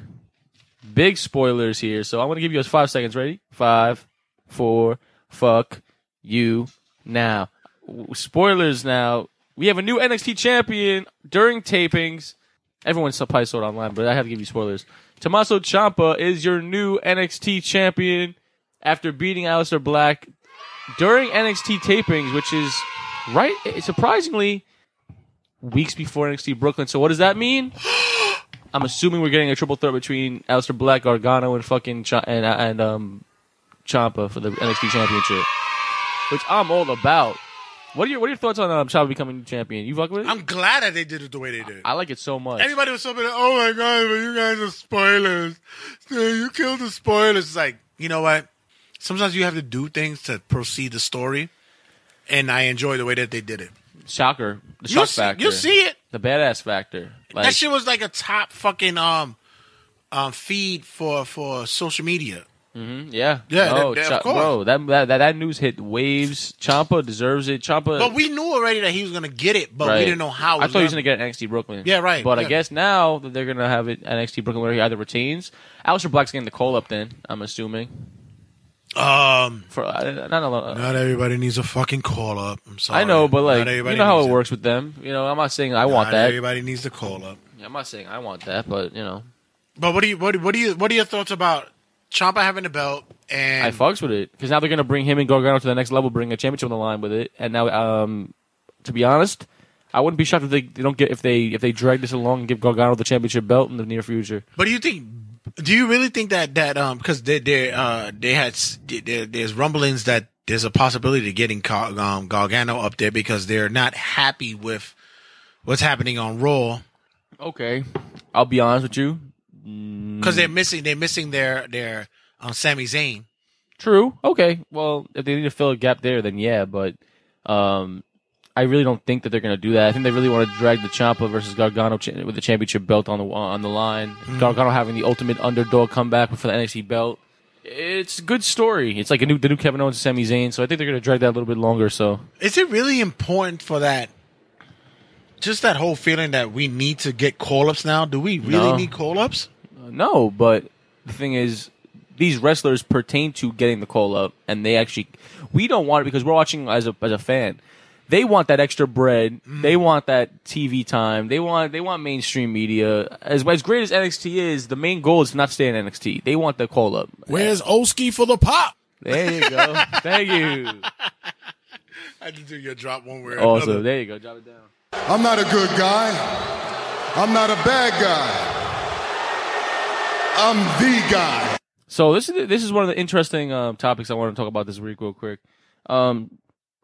Big spoilers here. So I'm going to give you guys five seconds. Ready? Five, four, fuck you now. W- Spoilers now. We have a new NXT champion during tapings. Everyone's probably saw it online, but I have to give you spoilers. Tommaso Ciampa is your new NXT champion after beating Aleister Black during NXT tapings, which is right surprisingly weeks before NXT Brooklyn. So what does that mean? I'm assuming we're getting a triple threat between Aleister Black, Gargano, and fucking Ch- and and um Champa for the NXT Championship, which I'm all about. What are your what are your thoughts on um, Ciampa becoming champion? You fuck with it?
I'm glad that they did it the way they did.
I like it so much.
Everybody was so bad. Oh my god, but you guys are spoilers. You killed the spoilers. It's like you know what? Sometimes you have to do things to proceed the story, and I enjoy the way that they did it.
Shocker, the
You
shock
see,
factor,
you see it.
the badass factor. Like,
that shit was like a top fucking um um feed for for social media.
yeah,
Yeah,
No,
that- that-
Cha-
of course.
bro, that, that that that news hit waves. Champa deserves it. Champa,
But we knew already that he was gonna get it, but we didn't know how.
Uh, I thought he was
gonna
going to get NXT Brooklyn.
Yeah, right,
But I
yeah.
guess now that they're going to have it NXT Brooklyn where he either retains. Aleister Black's getting the call up then, I'm assuming.
Um,
For uh, not alone.
not everybody needs a fucking call up. I'm sorry.
I know, but
Not
like you
everybody
know how
needs
it works with them. You know, I'm not saying I want
Not
that.
Everybody needs the call up.
I'm not saying I want that, but you know,
But what do you what do- what do you what are your thoughts about Champa having the belt and
I fucks with it because now they're going to bring him and Gargano to the next level, bring a championship on the line with it. And now, um, to be honest, I wouldn't be shocked if they, they don't get if they if they drag this along and give Gargano the championship belt in the near future.
But do you think? Do you really think that that um because they they uh they had s- there, there's rumblings that there's a possibility of getting Car- um, Gargano up there because they're not happy with what's happening on Raw
Okay, I'll be honest with you.
because they're missing they're missing their their um Sami Zayn.
True. Okay. Well, if they need to fill a gap there, then yeah. But um, I really don't think that they're going to do that. I think they really want to drag the Champa versus Gargano ch- with the championship belt on the on the line. Gargano having the ultimate underdog comeback for the NXT belt. It's a good story. It's like a new the new Kevin Owens and Sami Zayn. So I think they're going to drag that a little bit longer. So
Is it really important for that? Just that whole feeling that we need to get call ups now. Do we really
No.
need call ups?
no, but the thing is, these wrestlers pertain to getting the call up, and they actually we don't want it because we're watching as a as a fan. They want that extra bread.
Mm.
They want that TV time. They want they want mainstream media. As as great as NXT is, the main goal is to not stay in NXT. They want the call up.
Where's Oski for the pop?
There you go. Thank you.
I had to do your drop one word.
Also, there you go. Drop it down.
I'm not a good guy. I'm not a bad guy. I'm the guy.
So this is this is one of the interesting um, topics I want to talk about this week, real quick. Um,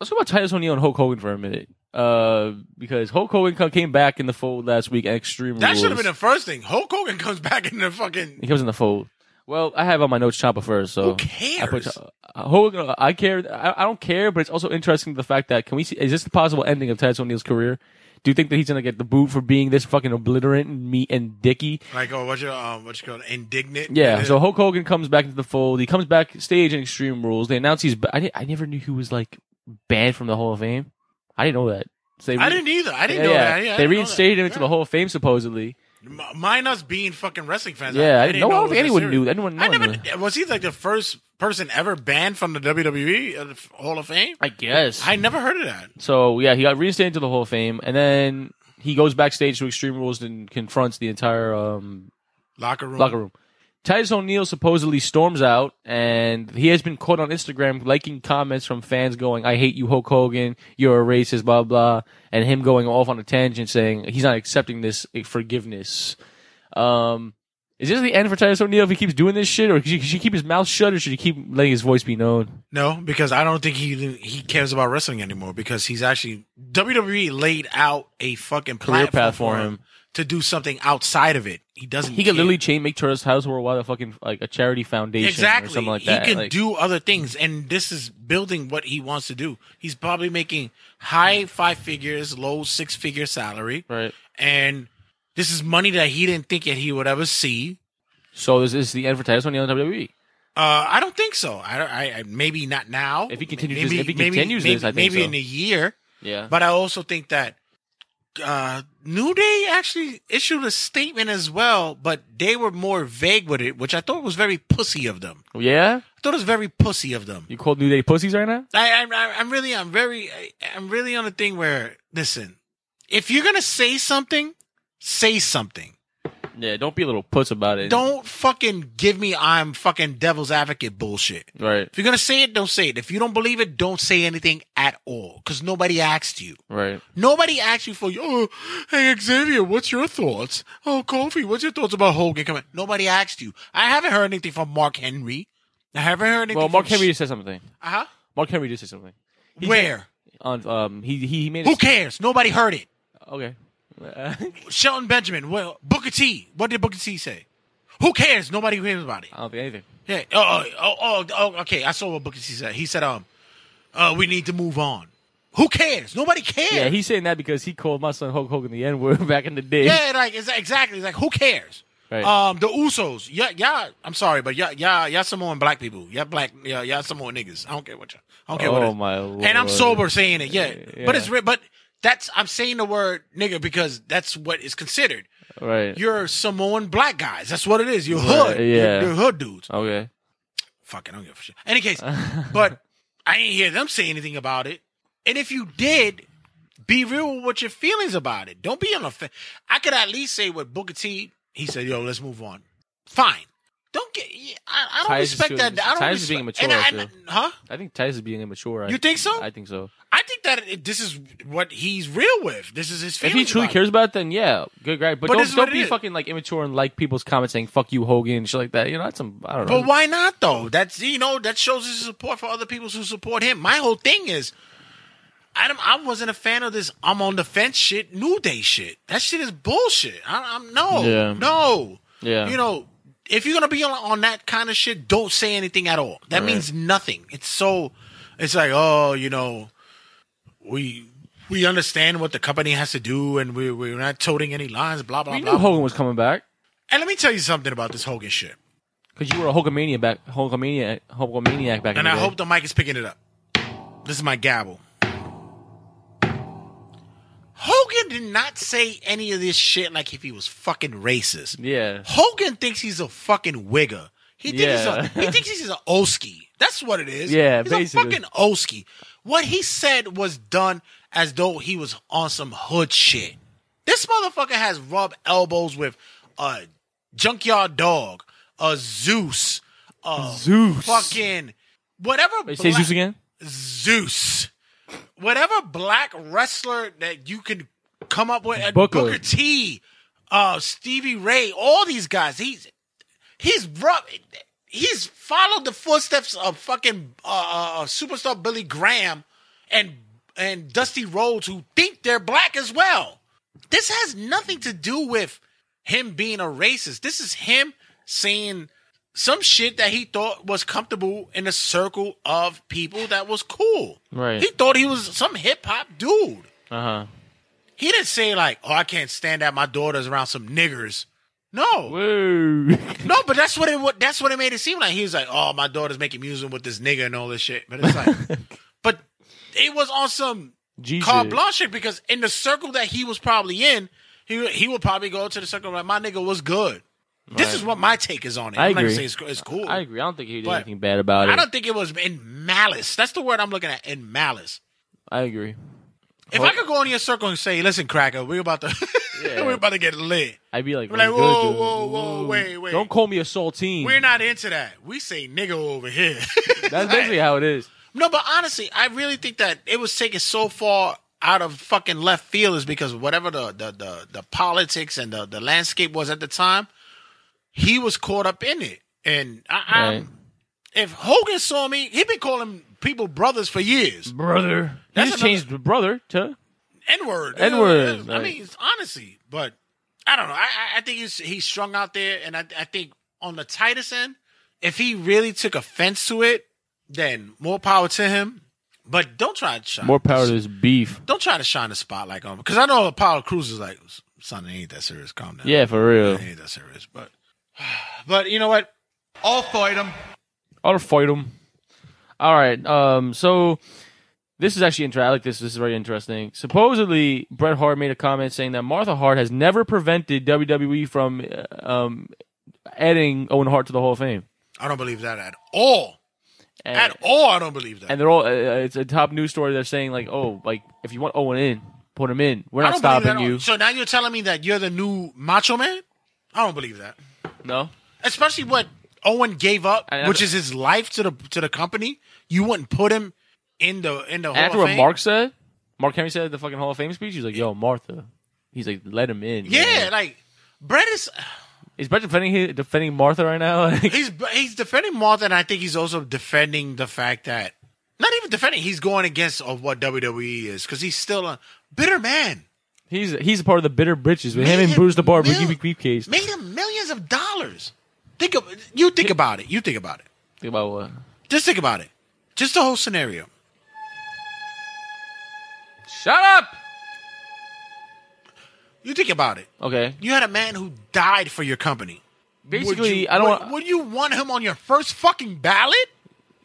let's talk about Titus O'Neil and Hulk Hogan for a minute, uh, because Hulk Hogan co- came back in the fold last week. At Extreme
That should have
Rules.
been the first thing. Hulk Hogan comes back in the fucking.
he comes in the fold. Well, I have on my notes Chopper first, so
Who cares?
I uh, Hogan. I care. I, I don't care, but it's also interesting the fact that can we see? Is this the possible ending of Titus O'Neil's career? Do you think that he's gonna get the boot for being this fucking obliterant and me and dicky?
Like, oh, what you um, what you call it? indignant?
Yeah, so Hulk Hogan comes back into the fold. He comes back stage in Extreme Rules. They announce he's. Ba- I, di- I never knew he was like banned from the Hall of Fame. I didn't know that. So they
I
re-
didn't either. I didn't
yeah,
know
yeah.
that. Yeah, I
they
didn't know that.
reinstated him into the Hall of Fame supposedly.
M- Mine us being fucking wrestling fans.
Yeah, I didn't- no, I
it
don't
was
think anyone
that
knew-
serious.
anyone- no
I
one
never
knew.
was he like the first person ever banned from the WWE uh, the F- Hall of Fame.
I guess.
I never heard of that.
so yeah, he got reinstated into the Hall of Fame, and then he goes backstage to Extreme Rules and confronts the entire um,
Locker room.
locker room. Titus O'Neil supposedly storms out, and he has been caught on Instagram liking comments from fans going, "I hate you, Hulk Hogan. You're a racist." Blah blah, and him going off on a tangent saying he's not accepting this eh, forgiveness. Um, is this the end for Titus O'Neil if he keeps doing this shit, or should should he keep his mouth shut, or should he keep letting his voice be known?
No, because I don't think he he cares about wrestling anymore. Because he's actually WWE laid out a fucking
Career
platform
path for him.
to do something outside of it. He doesn't.
He could
care.
literally chain make Titus House Worldwide a fucking like a charity foundation
exactly
or something like that.
He can
Like,
do other things, and this is building what he wants to do. He's probably making high five figures, low six figure salary,
right.
and this is money that he didn't think that he would ever see.
So is this the end for Titus O'Neil in E? WWE?
Uh, I don't think so. I, don't- I, I maybe not now.
If he continues
maybe,
this- if he
maybe-
continues
maybe,
this, I think
maybe
so.
in a year.
Yeah.
But I also think that uh, New Day actually issued a statement as well, but they were more vague with it, which I thought was very pussy of them.
yeah.
I thought it was very pussy of them.
You called New Day pussies right now?
I, I, I- I'm really, I'm very, I- I'm really on a thing where, listen, if you're gonna say something, say something.
Yeah. Don't be a little puss about it.
Don't fucking give me I'm fucking devil's advocate bullshit.
Right.
If you're gonna say it, don't say it. If you don't believe it, don't say anything at all, because nobody asked you.
Right.
Nobody asked you for you. Oh, hey Xavier, what's your thoughts? Oh, Kofi, what's your thoughts about Hogan coming? Nobody asked you. I haven't heard anything from Mark Henry. I haven't heard anything.
Well, Mark
from
Henry just said something.
Uh huh.
Mark Henry just said something. He
Where?
On um, he he, he made. a-
Who cares? Nobody heard it.
okay. Uh,
Shelton Benjamin. Well, Booker T. What did Booker T say? Who cares? Nobody cares about it.
I don't think anything.
Yeah. Oh, oh, oh, oh, okay. I saw what Booker T said. He said, um, uh, we need to move on. Who cares? Nobody cares.
Yeah, he's saying that because he called my son Hulk Hogan the N word back in the day.
Yeah, like it's exactly. It's like who cares?
Right.
Um, the Usos. Yeah, yeah. I'm sorry, but yeah, yeah, yeah. Samoan black people. Yeah, black. Yeah, yeah. Samoan niggas. I don't care what you. I don't care what.
Oh,
it is.
my
And I'm
Lord.
sober saying it. Yeah.
Yeah.
But it's re- but that's I'm saying the word nigga because that's what is considered.
Right.
You're Samoan black guys. That's what it is. You're
Right,
hood.
yeah. Oh.
You're, you're hood dudes.
okay.
Fuck, I don't give a shit. Any case, but I ain't hear them say anything about it. And if you did, be real with what your feelings about it. Don't be on the fence. I could at least say what Booker T. He said, "Yo, let's move on." Fine. Don't get. I, I don't
Titus is
respect
doing-
that. I don't
Titus is
respect,
being
and I-
immature, I
and I- huh?
I think Titus is being immature. I-
You think so?
I think so.
I think that it, this is what he's real with. This is his
If
feelings.
he truly
about it.
cares about it, then yeah, good guy.
But
But,
this
don't
is
don't
what it
be
is.
fucking like immature and like people's comments saying "fuck you, Hogan" and shit like that. You know, that's some I don't know.
But why not though? That's you know that shows his support for other people who support him. My whole thing is, I don't, I wasn't a fan of this. I'm on the fence shit, New Day shit. That shit is bullshit. I, I'm no,
Yeah.
no,
Yeah.
You know, if you're gonna be on, on that kind of shit, don't say anything at all. That means nothing. It's so, it's like oh, you know, we. We understand what the company has to do, and we, we're not toting any lines, blah, blah,
we
blah.
knew Hogan was coming back
and let me tell you something about this Hogan shit.
because you were a Hulkamania back, Hulkamania, Hulkamaniac back in
And
the
I
day.
hope the mic is picking it up. This is my gavel. Hogan did not say any of this shit like if he was fucking racist.
yeah,
Hogan thinks he's a fucking wigger. He thinks
Yeah.
he's a, he thinks he's an Oski. That's what it is.
Yeah,
he's a
basically.
fucking Oski. What he said was done as though he was on some hood shit. This motherfucker has rubbed elbows with a junkyard dog, a Zeus, a
Zeus.
fucking whatever.
Wait, say
black-
Zeus again.
Zeus. Whatever black wrestler that you can come up with,
Booker.
Booker, Booker T, uh, Stevie Ray, all these guys, he's he's rub, he's followed the footsteps of fucking uh, uh, superstar Billy Graham and and Dusty Rhodes, who think they're black as well. This has nothing to do with him being a racist. This is him saying some shit that he thought was comfortable in a circle of people that was cool.
Right.
He thought he was some hip hop dude.
Uh huh.
He didn't say like, "Oh, I can't stand that my daughter's around some niggers." No,
Woo.
no, but that's what it what that's what it made it seem like. He was like, "Oh, my daughter's making music with this nigga and all this shit," but it's like, but it was on some
Jesus.
carte blanche shit because in the circle that he was probably in, he he would probably go to the circle like, "My nigga was good." This
Right.
is what my take is on it.
I
I'm not gonna
agree.
say it's, it's cool.
I agree. I don't think he did
But-
anything bad about it.
I don't think it was in malice. That's the word I'm looking at in malice.
I agree.
If I could go in your circle and say, "Listen, cracker, we're about to
Yeah.
we're about to get lit."
I'd be like,
I'm like,
"Oh,
whoa,
good, good.
whoa, whoa, wait, wait.
Don't call me a saltine.
We're not into that. We say nigga over here.
That's basically how it is.
no, but honestly, I really think that it was taken so far out of fucking left field is because whatever the the the, the politics and the, the landscape was at the time, he was caught up in it. And I,
Right.
I'm, if Hogan saw me, he'd been calling people brothers for years.
Brother. You
That's
just
another-
changed brother to
N word.
N-word,
I
like-
mean, it's honestly, but I don't know. I I- I think he's he's strung out there, and I I think on the Titus end, if he really took offense to it, then more power to him. But don't try to shine
more power to this beef.
Don't try to shine the spotlight on him because I know Apollo Cruz is like, son, it ain't that serious. Calm down.
Yeah, for real.
it ain't that serious. But but you know what?
I'll fight him. All right. Um. So this is actually interesting. I like this. This is very interesting. Supposedly, Bret Hart made a comment saying that Martha Hart has never prevented WWE from uh, um adding Owen Hart to the Hall of Fame.
I don't believe that at all.
And,
At all, I don't believe that.
and they're all. Uh, it's a top news story. They're saying like, oh, like if you want Owen in, put him in. We're
I
not
don't believe that
stopping
at
you.
all. So now you're telling me that you're the new Macho Man? I don't believe that.
No.
especially what Owen gave up,
I- I-
which is his life to the to the company. You wouldn't put him in the in the Hall
After
of
what
Fame.
Mark said, Mark Henry said at the fucking Hall of Fame speech, he's like, yo, Martha. He's like, let him in.
yeah,
man.
like Brett is
Is Bret defending his- defending Martha right now? Like,
he's he's defending Martha, and I think he's also defending the fact that not even defending, he's going against of what WWE is because he's still a bitter man.
He's he's a part of the bitter bitches with him
Made
and
him
Bruce the Barber,
mil-
Ruby Briefcase. Think
Made him millions of dollars. Think of you think about it. You think about it.
about what?
Just think about it. Just the whole scenario.
Shut up.
You think about it.
Okay.
You had a man who died for your company.
Basically,
would you,
I don't.
Would,
wanna-
would you want him on your first fucking ballot?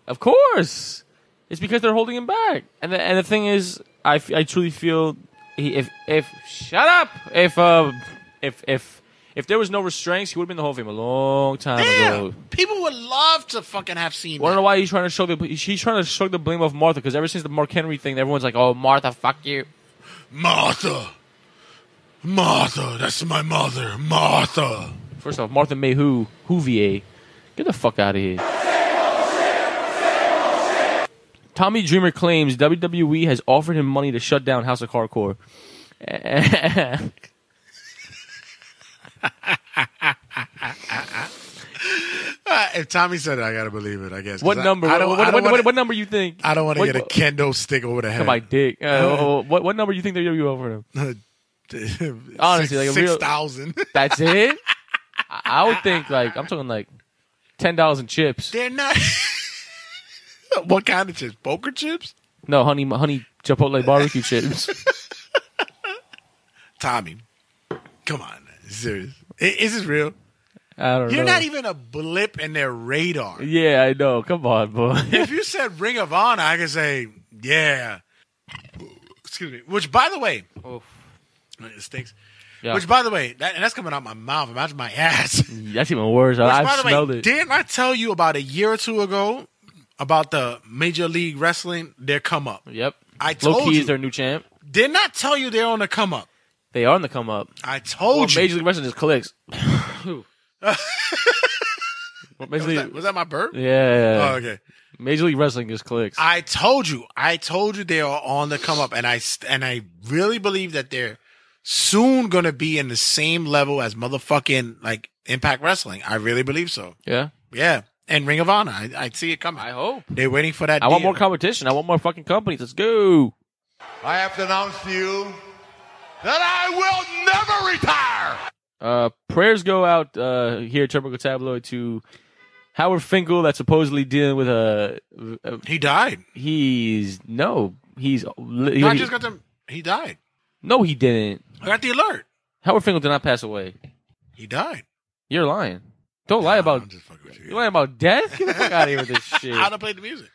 of course, it's because they're holding him back. And the, and the thing is, I, f- I truly feel he, if if shut up if uh if if if there was no restraints, he would have been in the Hall of Fame a long time
Damn,
ago.
people would love to fucking have seen
Wanna
that.
know why he's trying to show the he's trying to shrug the blame of Martha because ever since the Mark Henry thing, everyone's like, "Oh, Martha, fuck you."
Martha, Martha, that's my mother, Martha.
First off, Martha May who Huvier. Get the fuck out of here. Tommy Dreamer claims WWE has offered him money to shut down House of Hardcore.
Uh, if Tommy said it, I gotta believe it. I guess. 'Cause
what
I-
number?
I don't,
what,
I don't
what,
wanna,
what, what number you think?
I don't want to
what-
get a kendo stick over the
what-
head.
my dick. Uh, oh, what what number you think they're you offered him? Honestly, like a real-
six thousand.
That's it. I, I would think like I'm talking like ten dollars in chips.
They're not. what kind of chips? Poker chips?
No, honey, honey chipotle barbecue chips.
Tommy, come on, serious? I- Is this real?
I don't
You're
know.
not e- even a blip in their radar.
yeah, I know. Come on, boy.
if you said Ring of Honor, I could say, yeah. Excuse me. Which, by the way,
Oof.
it stinks.
Yeah.
Which, by the way, that, and that's coming out my mouth. Imagine my ass.
That's even worse.
Which,
I,
by
I
the
smelled
way,
it.
didn't I tell you about a year or two ago about the Major League Wrestling their come up?
Yep.
I
Low
told
key
you.
is their new champ.
Didn't I tell you they're on the come up?
They are on the come up.
I
Well,
told you.
Major League Wrestling just clicks. Well, Major
was,
League,
that, was that my burp?
yeah, yeah, yeah.
Oh, okay.
Major League Wrestling just clicks.
I told you. I told you they are on the come up, and I st- and I really believe that they're soon going to be in the same level as motherfucking like Impact Wrestling. I really believe so.
yeah.
Yeah, and Ring of Honor. I, I see it coming.
I hope.
They're waiting for that.
I want
deal.
more competition. I want more fucking companies. Let's go.
I have to announce to you that I will never retire.
Uh, prayers go out uh, here at Turbo Tabloid to Howard Finkel, that's supposedly dealing with a. a
he died.
he's no, he's li-
No, I
he-
just got them. He died.
no, he didn't.
I got the alert.
Howard Finkel did not pass away.
He died.
You're lying. Don't lie about
I'm just fucking with
you
you.
lying about death. Get the fuck out of here with this shit.
I don't play the music.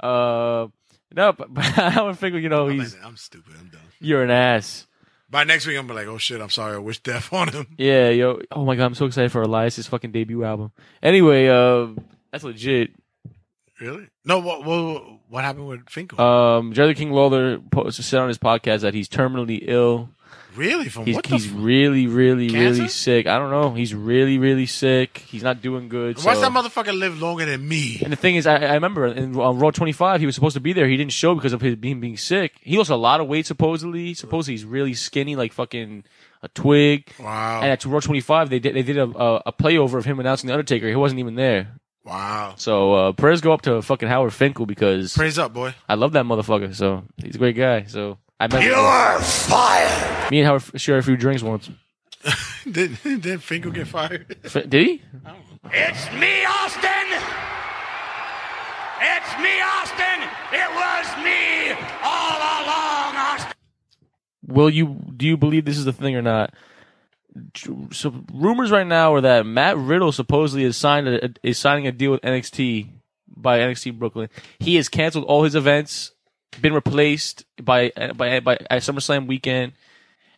Uh, no, but, but Howard Finkel, you know, he's
Man, I'm stupid. I'm done.
you're an ass.
By next week, I'm gonna be like, oh shit, I'm sorry. I wish death on him.
Yeah, yo. Oh my god, I'm so excited for Elias's fucking debut album. Anyway, uh, that's legit.
Really? No. What? What, what happened with Finkel?
Um, Jerry King Lawler po- said on his podcast that he's terminally ill.
really? From
He's
what the?
he's
f-
really, really, really
Cancer?
sick. I don't know. He's really, really sick. He's not doing good.
Why's
so-
that motherfucker live longer than me?
And the thing is, I, I remember in, on Raw 25, he was supposed to be there. He didn't show because of his being being sick. He lost a lot of weight supposedly. Supposedly he's really skinny, like fucking a twig.
Wow.
And at Raw 25, they did they did a, a, a playover of him announcing the Undertaker. He wasn't even there.
Wow.
So uh, prayers go up to fucking Howard Finkel because
Praise up, boy.
I love that motherfucker. So he's a great guy. So I met. You are fired. Me and Howard f- shared a few drinks once.
did did Finkel get fired?
F- did he?
It's me, Austin. It's me, Austin. It was me all along, Austin.
will you do you believe this is the thing or not? So rumors right now are that Matt Riddle supposedly is signed a, is signing a deal with NXT by NXT Brooklyn. He has canceled all his events, been replaced by by by at SummerSlam weekend,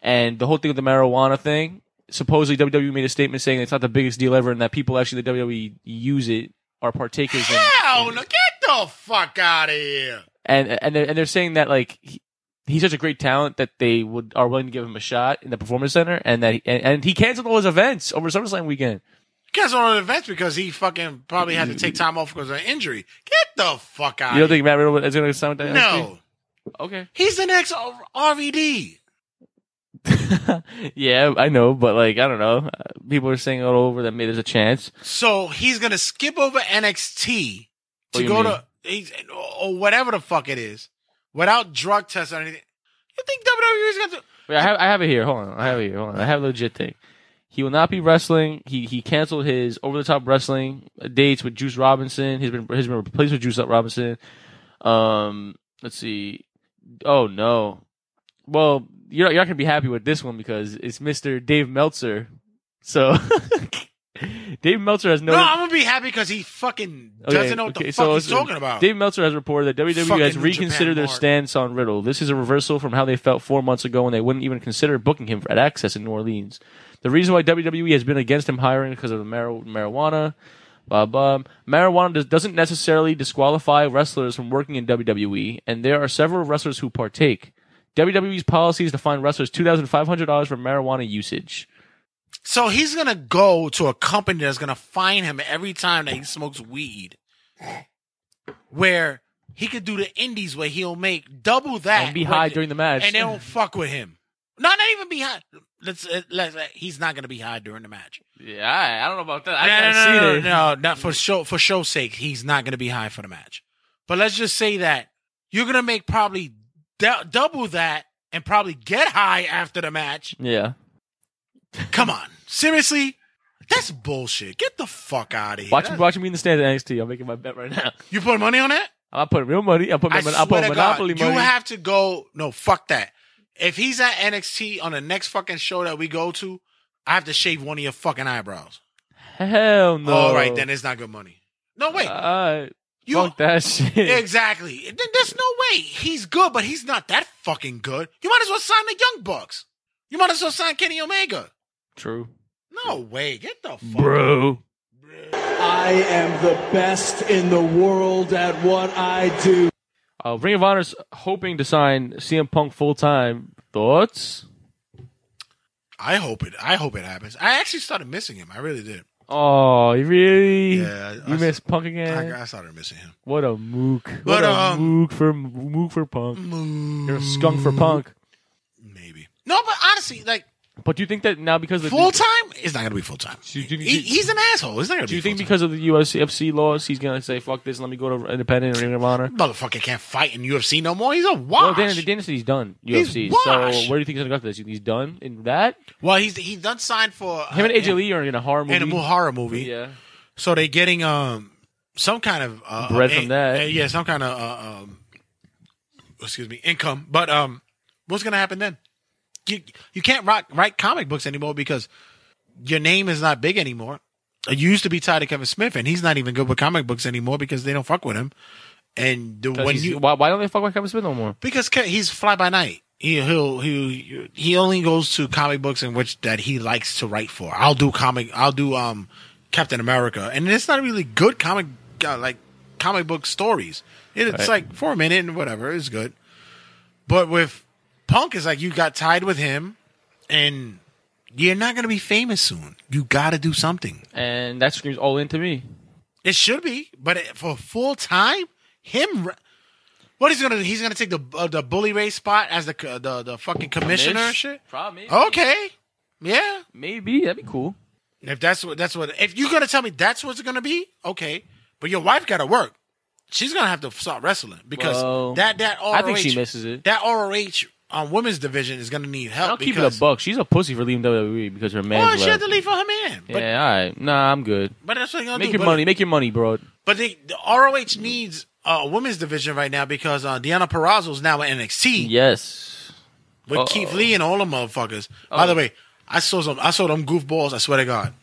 and the whole thing with the marijuana thing. Supposedly WWE made a statement saying it's not the biggest deal ever, and that people actually the WWE use it are partakers. in-
Hell no! Get the fuck out of here.
and and they're, and they're saying that like he, he's such a great talent that they would are willing to give him a shot in the performance center, and that he, and, and he canceled all his events over SummerSlam weekend.
Guess on an event because he fucking probably had to take time off because of an injury. Get the fuck out.
You don't think Matt Riddle is going to sign with that?
No,
Okay.
he's the next R- RVD.
yeah, I know, but like I don't know. Uh, People are saying all over that maybe there's a chance.
So he's gonna skip over NXT
What do
to
you
go
mean?
to he's, or whatever the fuck it is without drug tests or anything. You think WWE is gonna? Do-
Wait, I have I have it here. Hold on, I have it here. Hold on, I have a legit thing. He will not be wrestling. He he canceled his over the top wrestling dates with Juice Robinson. He's been he's been replaced with Juice Robinson. Um, let's see. Oh no. Well, you're not- you're not gonna be happy with this one because it's Mr. Dave Meltzer. So Dave Meltzer has no.
no, I'm gonna be happy because he fucking
Okay,
doesn't know what
okay,
the
so
fuck he's
it's-
talking about.
Dave Meltzer has reported that WWE
Fucking
has
New
reconsidered
Japan
their
Mark.
stance on Riddle. This is a reversal from how they felt four months ago when they wouldn't even consider booking him at Access in New Orleans. The reason why WWE has been against him hiring because of the mar- marijuana. Blah, blah. Marijuana does, doesn't necessarily disqualify wrestlers from working in WWE, and there are several wrestlers who partake. WWE's policy is to fine wrestlers $2,500 for marijuana usage.
So he's gonna go to a company that's gonna fine him every time that he smokes weed, where he could do the indies where he'll make double that
And be high
with-
during the match.
and they don't fuck with him. No, not even be high. Let's, uh, let's uh, he's not gonna be high during the match.
Yeah, I, I don't know about that. I
no, no,
gotta see
no,
that.
no, no, not for show for show's sake. He's not gonna be high for the match. But let's just say that you're gonna make probably dou- double that and probably get high after the match.
Yeah.
Come on, seriously. That's bullshit. Get the fuck out of here.
Watch,
That's-
watch me in the stands at NXT. I'm making my bet right now.
You put money on that?
I'll put real money. I'll put,
I
mon- I'll put
swear to
Monopoly
God,
money.
you have to go. No, fuck that. If he's at NXT on the next fucking show that we go to, I have to shave one of your fucking eyebrows.
Hell no.
All right, then it's not good money. No wait,
Alright.
you
fuck that shit.
exactly. Then there's no way he's good, but he's not that fucking good. You might as well sign the Young Bucks. You might as well sign Kenny Omega.
True.
No way. Get the fuck.
Bro.
I am the best in the world at what I do.
Uh, Ring of Honor's hoping to sign CM Punk full time. Thoughts?
I hope it. I hope it happens. I actually started missing him. I really did.
Oh, you really?
Yeah, I-
you
I
miss Punk again?
I, I started missing him.
what a mook.
But,
what a
um,
mook for mook for Punk. You're a skunk for Punk.
Maybe. No, but honestly, like
But do you think that now because of
full
the,
time, it's not gonna be full time.
do you think-
He, he's an asshole. It's not gonna
do
be.
you think
full-time.
because of the USFC laws he's gonna say fuck this? Let me go to Independent and Ring of Honor.
motherfucker can't fight in UFC no more? He's a
Well,
wash.
then the dynasty done
He's
UFC. So where do
washed.
you think he's gonna go after this? You think He's done in that.
well, he's he done signed for
Him and
uh,
AJ Lee are in a horror movie.
in a Muhara movie.
Yeah.
So they're getting um some kind of uh,
Bread
uh,
from
in-
that.
uh, yeah, some kind of uh, um, excuse me, income. But um, what's gonna happen then? You you can't write, write comic books anymore because your name is not big anymore. You used to be tied to Kevin Smith, and he's not even good with comic books anymore because they don't fuck with him. And the,
'Cause
when
he's-
you
why, why don't they fuck with Kevin Smith no more?
because Ke- he's fly by night. He he'll, he he only goes to comic books in which that he likes to write for. I'll do comic. I'll do um Captain America, and it's not really good comic uh, like comic book stories. It, it's
Right.
like for a minute and whatever. It's good, but with Punk, it's like you got tied with him, and you're not gonna be famous soon. You got to do something.
And that screams all in to me.
It should be, but it, for full time, him. re- What is he gonna? do? He's gonna take the uh, the bully race spot as the co- the the fucking commissioner and shit.
Probably.
Okay, yeah.
Maybe that'd be cool.
If that's what that's what if you're gonna tell me that's what's gonna be, okay. But your wife gotta work. She's gonna have to start wrestling because
Well,
that that ROH,
I think she misses it.
That ROH on women's division is gonna need help.
I'll keep it
because,
a buck. She's a pussy for leaving WWE because her
Oh,
man's
she had
left.
to leave for her man. But,
yeah, all right. Nah, I'm good.
but that's what you're gonna
Make
do.
your
But-
money. Make your money, bro.
But they, the ROH needs a women's division right now because uh, Deanna Perrazzo is now in NXT
Yes.
with
uh-oh.
Keith Lee and all them motherfuckers. By the way, I saw some. I saw them goofballs. I swear to God,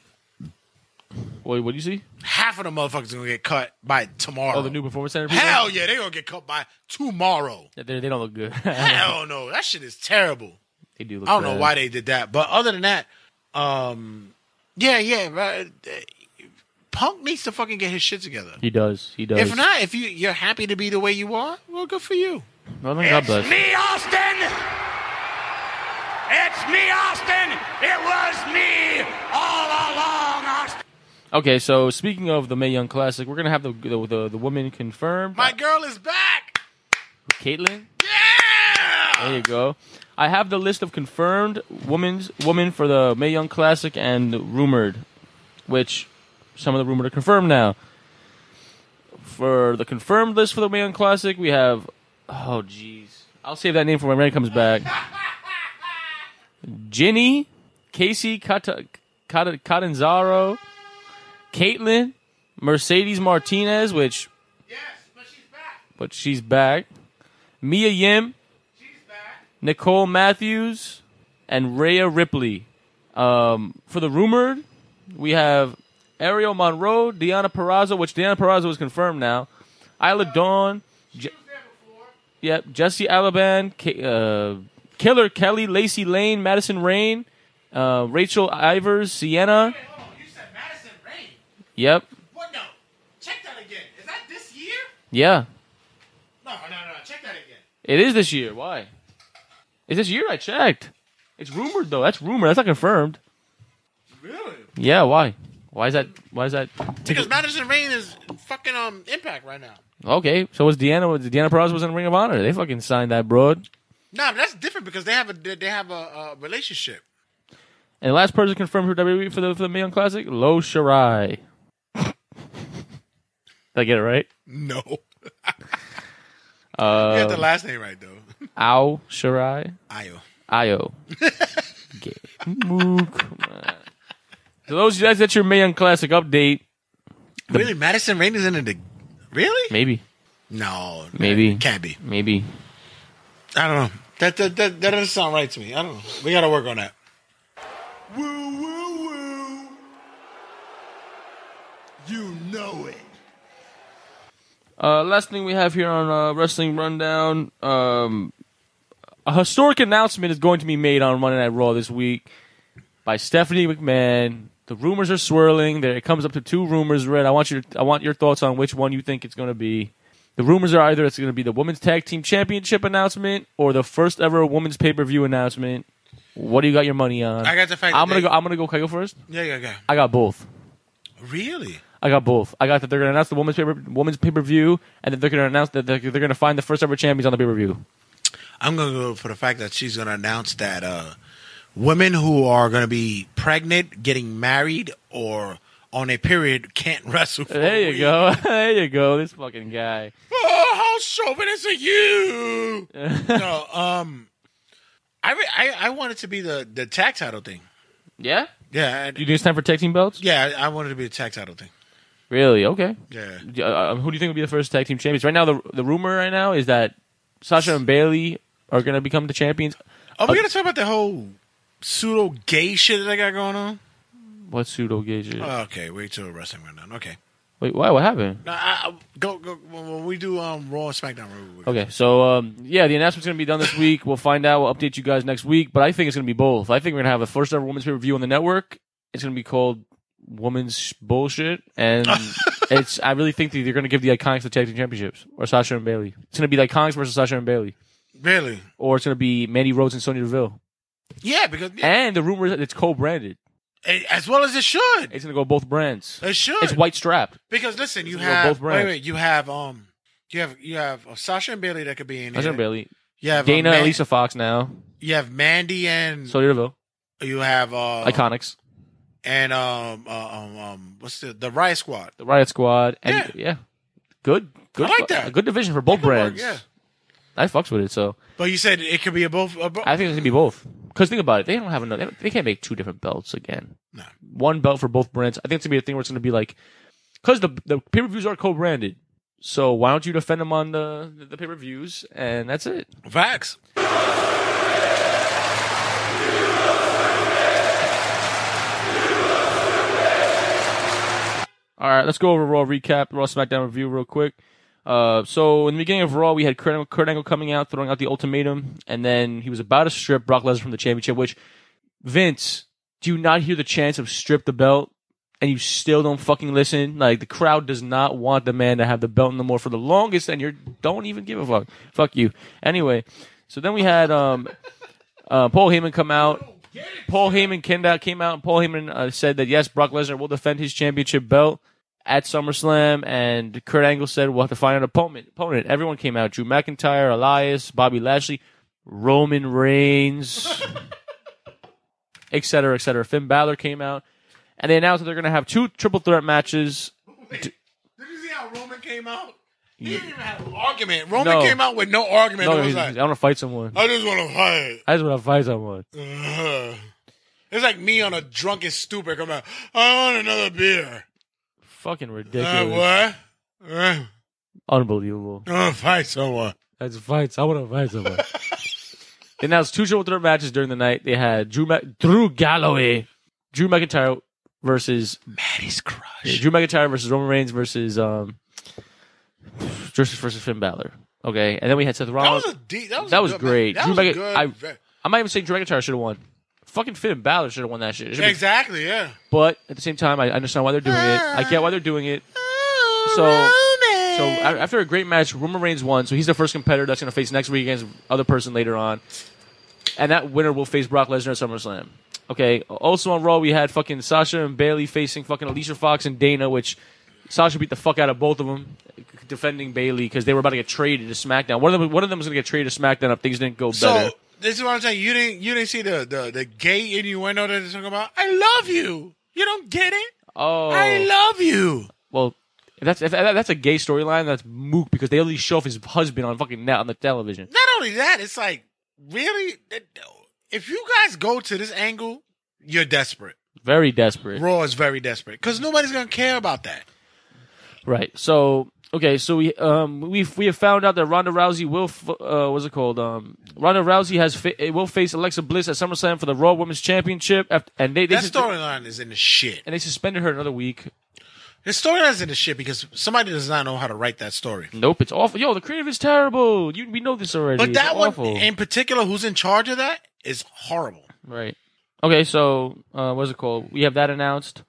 Wait, what do you see?
half of the motherfuckers gonna get cut by tomorrow.
Oh, the new performance center. people?
Hell yeah, they gonna get cut by tomorrow.
Yeah, They, they don't look good.
Hell no, that shit is terrible.
they do look.
I don't know
bad.
why they did that, but other than that, um, yeah, yeah, right. Punk needs to fucking get his shit together.
He does. He does.
If not, if you you're happy to be the way you are, well, good for you.
oh, my God bless.
me, Austin! It's me, Austin! It was me all along, Austin!
Okay, so speaking of the May Young Classic, we're gonna have the the the, the woman confirmed.
My girl is back. Oh,
Caitlyn.
Yeah.
There you go. I have the list of confirmed women's women for the May Young Classic and rumored, which some of the rumored are confirmed now. For the confirmed list for the May Young Classic, we have oh jeez, I'll save that name for when Ren comes back. Ginny, Casey Cata, Cata, Catanzaro, Caitlin, Mercedes Martinez, which but she's back. Mia Yim, Nicole Matthews, and Rhea Ripley. Um, for the rumored, we have Ariel Monroe, Deanna Perrazzo, which Deanna Perrazzo is confirmed now. Isla Dawn. Je- Yep, Jesse Alaban, K- uh, Killer Kelly, Lacey Lane, Madison Rain, uh, Rachel Ivers, Sienna.
Oh, you said Madison Rain.
Yep,
What no? Check that again. Is that this year?
yeah,
No, no, no. Check that again.
it is this year. Why? It's this year. I checked. It's rumored though. That's rumored. That's not confirmed.
Really?
Yeah, why? Why is that? Why is that?
Because Madison Rain is fucking um impact right now.
Okay, so was Deanna? was- Deanna Perrazzo was in Ring of Honor. They fucking signed that broad.
No, but that's different because they have a they they have a, a relationship.
And the last person confirmed for WWE E for the for the Mae Young Classic, Lo Shirai. Did I get it right?
No. you
Uh,
got the last name right though.
Ao Shirai.
Io.
Io. Gay. Mook. So those that's that's your Mae Young Classic update.
Really, Madison Rain is in it. ag- Really?
Maybe,
No,
Maybe.
can't be.
maybe.
I don't know. That that, that that doesn't sound right to me. I don't know. We got to work on that.
Woo, woo, woo. You know it.
Uh, last thing we have here on uh, Wrestling Rundown, um, a historic announcement is going to be made on Monday Night Raw this week by Stephanie McMahon. The rumors are swirling. There, it comes up to two rumors. Red, I want your I want your thoughts on which one you think it's going to be. The rumors are either it's going to be the women's tag team championship announcement or the first ever women's pay per view announcement. What do you got your money on?
I got the fact
I'm
that
gonna
they-
go. I'm gonna go. Can I go first?
Yeah, yeah, yeah.
I got both.
Really?
I got both. I got that they're going to announce the women's paper, women's pay per view, and that they're going to announce that they're, they're going to find the first ever champions on the pay per view.
I'm gonna go for the fact that she's gonna announce that uh, women who are gonna be pregnant, getting married, or on a period can't wrestle. For
There you go. there you go. This fucking guy.
Oh, how chauvinist are you? no, um, I, re- I I want it to be the the tag title thing.
Yeah.
Yeah, I,
You think it's time for tag team belts?
yeah, I want it to be a tag title thing.
Really? Okay.
Yeah,
Uh, Uh, who do you think will be the first tag team champions? Right now, the the rumor right now is that Sasha and Bailey are going to become the champions.
are
Uh,
we gonna talk about the whole pseudo gay shit that I got going on?
What pseudo gauge? is-
Okay, wait till wrestling we're done. Okay,
Wait, why? What happened?
no, I, I, go go when when we do um Raw and SmackDown. we- we-
Okay, so um, yeah, the announcement's going to be done this week. We'll find out. We'll update you guys next week. But I think it's going to be both. I think we're going to have the first ever women's pay per view on the network. It's going to be called Women's Bullshit, and it's. I really think that they're going to give the Iconics the tag team championships or Sasha and Bailey. It's going to be the Iconics versus Sasha and Bailey,
Really?
or it's going to be Mandy Rhodes and Sonya Deville.
Yeah, because
And the rumor is that it's co-branded.
as well as it should.
It's going to go both brands.
It should.
It's white strapped.
because listen, you
It's both
have wait,
brands.
wait, you have um, you have you have uh, Sasha and Bailey that could be in
Sasha
here.
and Bailey,
You have uh,
Dana
Man-
and Lisa Fox now.
You have Mandy and
Sonya Deville,
you have uh,
Iconics,
and um, uh, um um what's the the Riot Squad?
the Riot Squad, and
Yeah.
yeah, good, good,
like that.
a good division for both brands.
Yeah,
I fucks with it. So
but you said it could be a both. A bo-
I think it's gonna be both. Because think about it, they don't have enough. They, don't- they can't make two different belts again.
No.
One belt for both brands. I think it's gonna be a thing where it's gonna be like, because the the pay per views are co branded. So why don't you defend them on the the pay per views and that's it?
Vax.
All right, let's go over Raw recap, Raw SmackDown review real quick. Uh, so in the beginning of Raw, we had Kurt, Angle- Kurt Angle coming out, throwing out the ultimatum, and then he was about to strip Brock Lesnar from the championship. Which Vince, do you not hear the chants of "strip the belt"? And you still don't fucking listen. Like the crowd does not want the man to have the belt no more for the longest, and you don't even give a fuck. Fuck you. Anyway, so then we had um, uh, Paul Heyman come out. Paul Heyman came out, came out, and Paul Heyman uh, said that yes, Brock Lesnar will defend his championship belt at SummerSlam, and Kurt Angle said we'll have to find an opponent. Opponent. Everyone came out: Drew McIntyre, Elias, Bobby Lashley, Roman Reigns, et cetera, et cetera. Finn Balor came out, and they announced that they're going to have two triple threat matches.
Did you see how Roman came out? He didn't even have an argument. Roman
No.
came out with no argument.
No,
it was
he's-
like,
I want to fight someone.
I just want to fight.
I just want to fight someone.
Ugh. It's like me on a drunken stupor coming out. I want another beer.
Fucking
Uh,
ridiculous.
what? Uh,
Unbelievable.
I want to fight someone.
That's fights. I want to fight someone. they announced two triple threat matches during the night. They had Drew Mac- Drew Galloway, Drew McIntyre versus
Maddie's crush.
Drew McIntyre versus Roman Reigns versus um versus versus Finn Balor. Okay, and then we had Seth
That
Rollins.
was a deep. That was,
Uh, That
a
was
good
great.
match.
Drew
That was a
Mc-
good.
I-
ve-
I'm not even saying Drew McIntyre should have won. Fucking Finn Balor should have won that shit. It should've been-
exactly. Yeah.
But at the same time, I understand why they're doing it. I get why they're doing it.
Oh,
So. So a- after a great match, Roman Reigns won. So he's the first competitor that's going to face next week against other person later on, and that winner will face Brock Lesnar at SummerSlam. Okay. Also on Raw, we had fucking Sasha and Bailey facing fucking Alicia Fox and Dana, which Sasha beat the fuck out of both of them, defending Bailey because they were about to get traded to SmackDown. One of them, one of them was going to get traded to SmackDown if things didn't go better.
So this is what I'm saying. You didn't. You didn't see the the, the gay innuendo that they're talking about. I love you. You don't get it.
Oh,
I love you.
well. If that's if that- that's a gay storyline. That's moot because they only show off his husband on fucking net on the television.
Not only that, it's like really. If you guys go to this angle, you're desperate.
Very desperate.
Raw is very desperate because nobody's gonna care about that.
Right. So okay. So we um we we have found out that Ronda Rousey will f- uh what's it called um Ronda Rousey has fa- eh, will face Alexa Bliss at SummerSlam for the Raw Women's Championship after, and they they
That
sus-
storyline is in the shit.
and they suspended her another week.
His story isn't a shit because somebody does not know how to write that story.
Nope, it's awful. Yo, the creative is terrible. You we know this already.
But
Mm, It's
that one
awful.
in particular, who's in charge of that, is horrible.
Right. Okay, so uh, what's it called? We have that announced.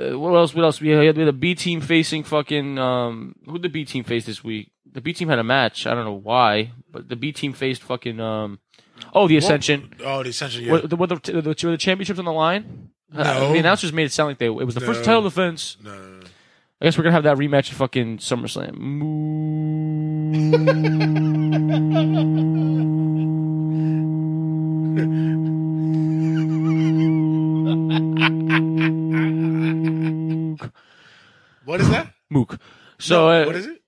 Uh, what else? What else? We had, we had a B team facing fucking um. Who the B team faced this week? The B team had a match. I don't know why, but the B team faced fucking um. Oh, the Ascension.
Oh, the essential. Yeah.
What, the, what the, the, the, were the championships on the line? Uh, the announcers made it sound like they it was the first title defense. No. I guess we're gonna have that rematch at fucking SummerSlam.
What is that?
Mook. So uh,
What is it?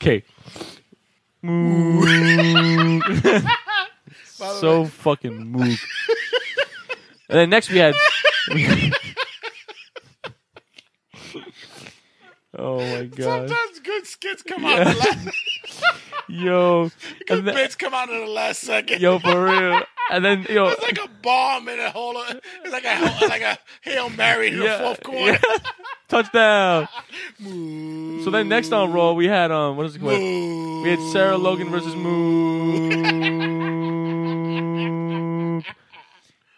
Okay. so fucking mook. and then next we had. oh my god,
Sometimes good skits come out. of The last,
yo,
good
and then,
bits come out in the last second.
yo, for real. And then yo,
It's like a bomb in a hole. It's like a like a hail mary in
Yeah,
the fourth quarter.
yeah. touchdown. so then next on Raw we had um, what is it called? We had Sarah Logan versus Moon.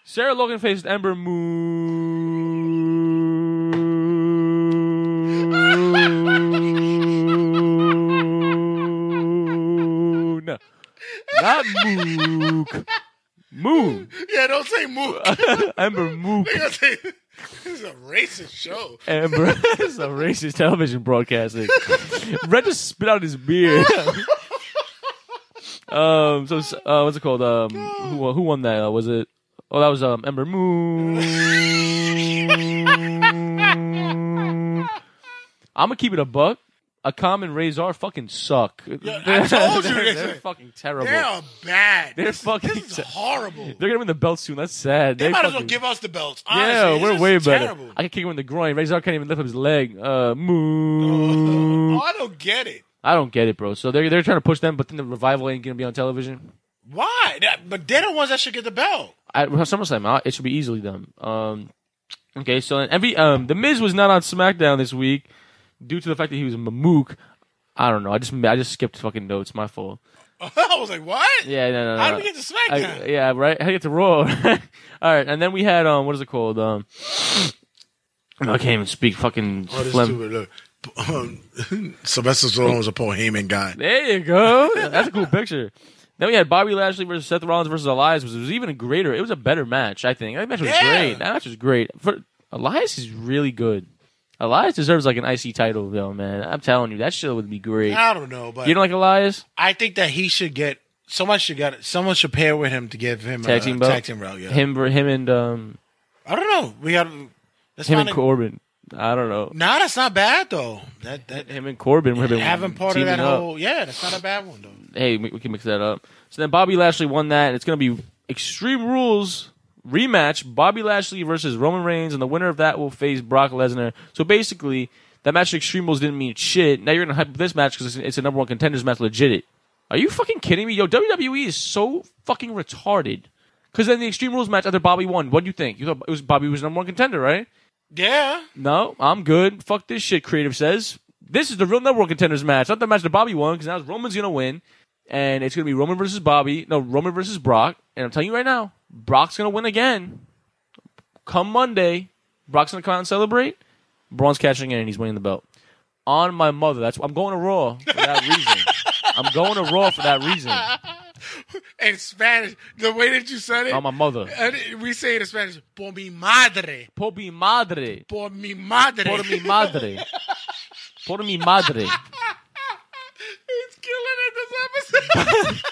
Sarah Logan faced Ember Moon. Not Mook. Moon.
Yeah, don't say move.
Ember Mook.
this is a racist show.
Ember. it's a racist television broadcasting. Red just spit out his beer. um. So uh, what's it called? Um. Who who won that? Uh, was it? Oh, that was um Ember Moon. I'm gonna keep it a buck. A common Razor fucking suck.
I told you
they're,
this.
they're fucking terrible.
They are bad.
They're
this, is-
fucking
This
ter-
is horrible. They
They're gonna win the belt soon. That's sad. They,
might as well
fucking-
give us the belts.
yeah,
Honestly,
we're
this
way
is
better.
terrible.
I can kick him in the groin. Razor can't even lift up his leg. Uh, moo.
Oh, I don't get it.
I don't get it, bro. So they're they're trying to push them, but then the revival ain't gonna be on television.
Why? That- but they're the ones that should get the belt.
At SummerSlam, I- it should be easily done. Um, okay, so then every um, the Miz was not on SmackDown this week due to the fact that he was a mamook. I don't know. I just I just skipped fucking notes. My fault.
I was like, what?
Yeah, no, no, no.
How do we get to SmackDown?
I, yeah, right. How do you get to Raw? All right, and then we had um, what is it called? Um, I can't even speak. Fucking
Oh, this
phlegm.
stupid, look. Um, Sylvester Stallone was a Paul Heyman guy.
There you go. That's a cool picture. Then we had Bobby Lashley versus Seth Rollins versus Elias, which was even a greater. It was a better match, I think. That match was great. That match was great. For Elias is really good. Elias deserves like an IC title, though, man. I'm telling you, that shit would be great.
I don't know, but
You don't like Elias?
I think that he should get someone should get someone should pair with him to give him
Tag
a
team belt?
Uh, tag team route. Yeah,
Him, him, and um,
I don't know. We got let's
him
find
and
a,
Corbin. I don't know.
Nah, that's not bad though. That that
Him and Corbin have been
having part of
teaming
that
up.
whole yeah, that's not a bad one though.
hey, we, we can mix that up. So then Bobby Lashley won that, and it's going to be Extreme Rules rematch: Bobby Lashley versus Roman Reigns, and the winner of that will face Brock Lesnar. So basically, that match at Extreme Rules didn't mean shit. Now you're going to hype up this match because it's, it's a number one contenders match. Legit, it. Are you fucking kidding me? Yo, WWE is so fucking retarded. Because then the Extreme Rules match after Bobby won, what do you think? You thought it was Bobby was number one contender, right?
Yeah,
No, I'm good. Fuck this shit, creative says. This is the real network contenders match, not the match that Bobby won, because now Roman's going to win, and it's going to be Roman versus Bobby. No, Roman versus Brock. And I'm telling you right now, Brock's going to win again. Come Monday, Brock's going to come out and celebrate. Braun's catching in, and he's winning the belt. On my mother. That's why I'm going to Raw for that reason. I'm going to Raw for that reason.
in Spanish, the way that you said it,
On my mother.
and it- we say it in Spanish. Por mi madre,
Por mi madre.
por mi madre,
Por mi madre. Por mi madre.
He's killing it this episode.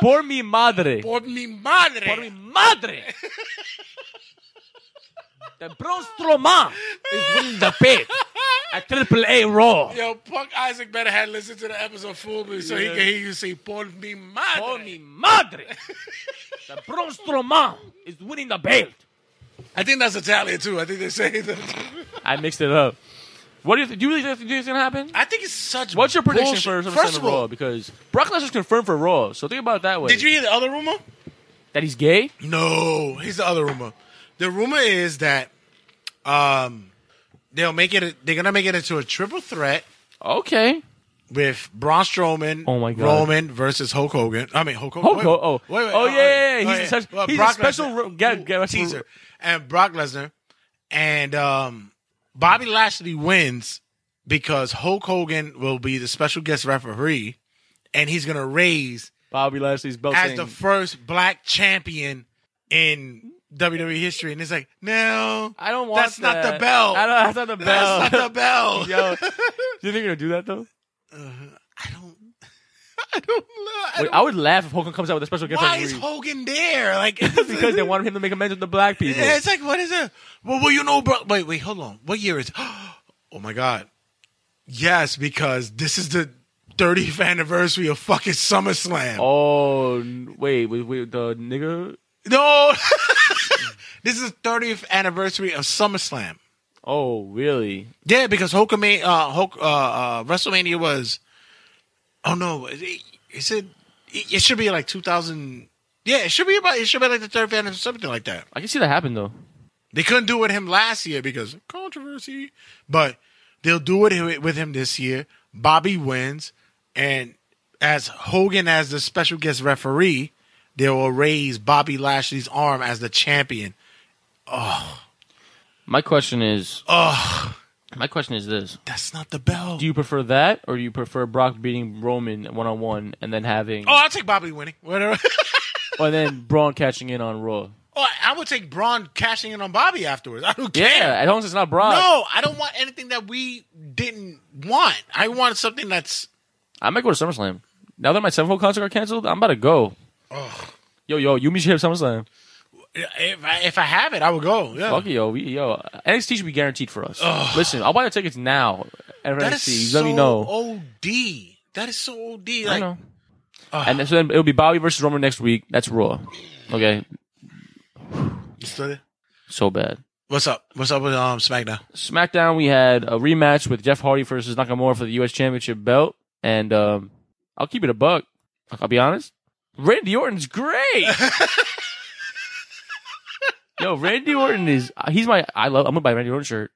Por mi madre.
por mi madre,
Por mi madre! the Braun Strowman is winning the bid. at Triple A Raw.
Yo, Punk Isaac better had listened to the episode fully so he
Yeah.
can hear you say "Por mi madre."
Oh, mi madre! the Braun Strowman is winning the belt.
I think that's Italian too. I think they say that.
I mixed it up. What do you, do you really think it's going to happen?
I think it's such.
What's your prediction
bullshit.
for SummerSlam
First
and
of
Raw?
all,
Because Brock Lesnar's confirmed for Raw, so think about it that way.
did you hear the other rumor?
that he's gay?
No, here's the other rumor. The rumor is that um they'll make it. A, they're gonna make it into a triple threat
Okay.
with Braun Strowman,
Oh my God.
Roman versus Hulk Hogan. I mean Hulk Hogan.
Hulk Ho- oh. Oh, yeah, yeah, yeah. He's a such- he's a
Brock
special
Lesnar.
ro- get- get-
teaser and Brock Lesnar and um Bobby Lashley wins because Hulk Hogan will be the special guest referee, and he's gonna raise
Bobby Lashley's belt
as
saying-
the first black champion in WWE history, and it's like, no,
I don't want
that's not the
that.
bell.
I don't, that's not the bell.
that's not the bell.
Yo, do you think you're going to do that, though?
I don't, I don't, know. I
Wait,
don't
I would laugh if Hogan comes out with a special guest
why is
referee.
Hogan there? Like,
because they wanted him to make amends with the black people.
Yeah, it's like, what is it? Well, well, you know, bro. Wait, wait, hold on. What year is? it? Oh my god. Yes, because this is the 30th anniversary of fucking SummerSlam.
Oh, n- wait, wait, wait, the nigga?
No, this is the 30th anniversary of SummerSlam.
Oh, really?
Yeah, because Hulkamania, uh, Hulk, uh, uh, WrestleMania was. Oh no, is it? Is it, it it should be like 2000. Yeah, it should be about. It should be like the 30th anniversary, something like that.
I can see that happen, though.
They couldn't do it with him last year because of controversy, but they'll do it hi- with him this year. Bobby wins, and as Hogan as the special guest referee, they will raise Bobby Lashley's arm as the champion.
My question is.
Ugh.
My question is this:
That's not the bell.
Do you prefer that, or do you prefer Brock beating Roman one on one, and then having,
oh, I'll take Bobby winning. Whatever.
or then Braun catching in on Raw?
oh, I would take Braun cashing in on Bobby afterwards. I don't care.
Yeah, as long as it's not Brock,
No, I don't want anything that we didn't want. I want something that's
I might go to SummerSlam. Now that my sevenfold concert got canceled, I'm about to go. Yo, yo, you meet here at SummerSlam.
if I, if I have it, I would go. Yeah.
Fuck it, yo, we, yo, NXT should be guaranteed for us. Listen, I'll buy the tickets now. At
That
NXT,
is
you let me know.
OD. That is so OD. Like, ah,
I know. and so then it'll be Bobby versus Roman next week. That's Raw. Okay,
You still there?
so bad.
What's up? What's up with um SmackDown?
SmackDown, we had a rematch with Jeff Hardy versus Nakamura for the U.S. Championship belt, and um, I'll keep it a buck. I'll be honest. Randy Orton's great. Yo, Randy Orton is—he's my. I love. I'm gonna buy a Randy Orton shirt.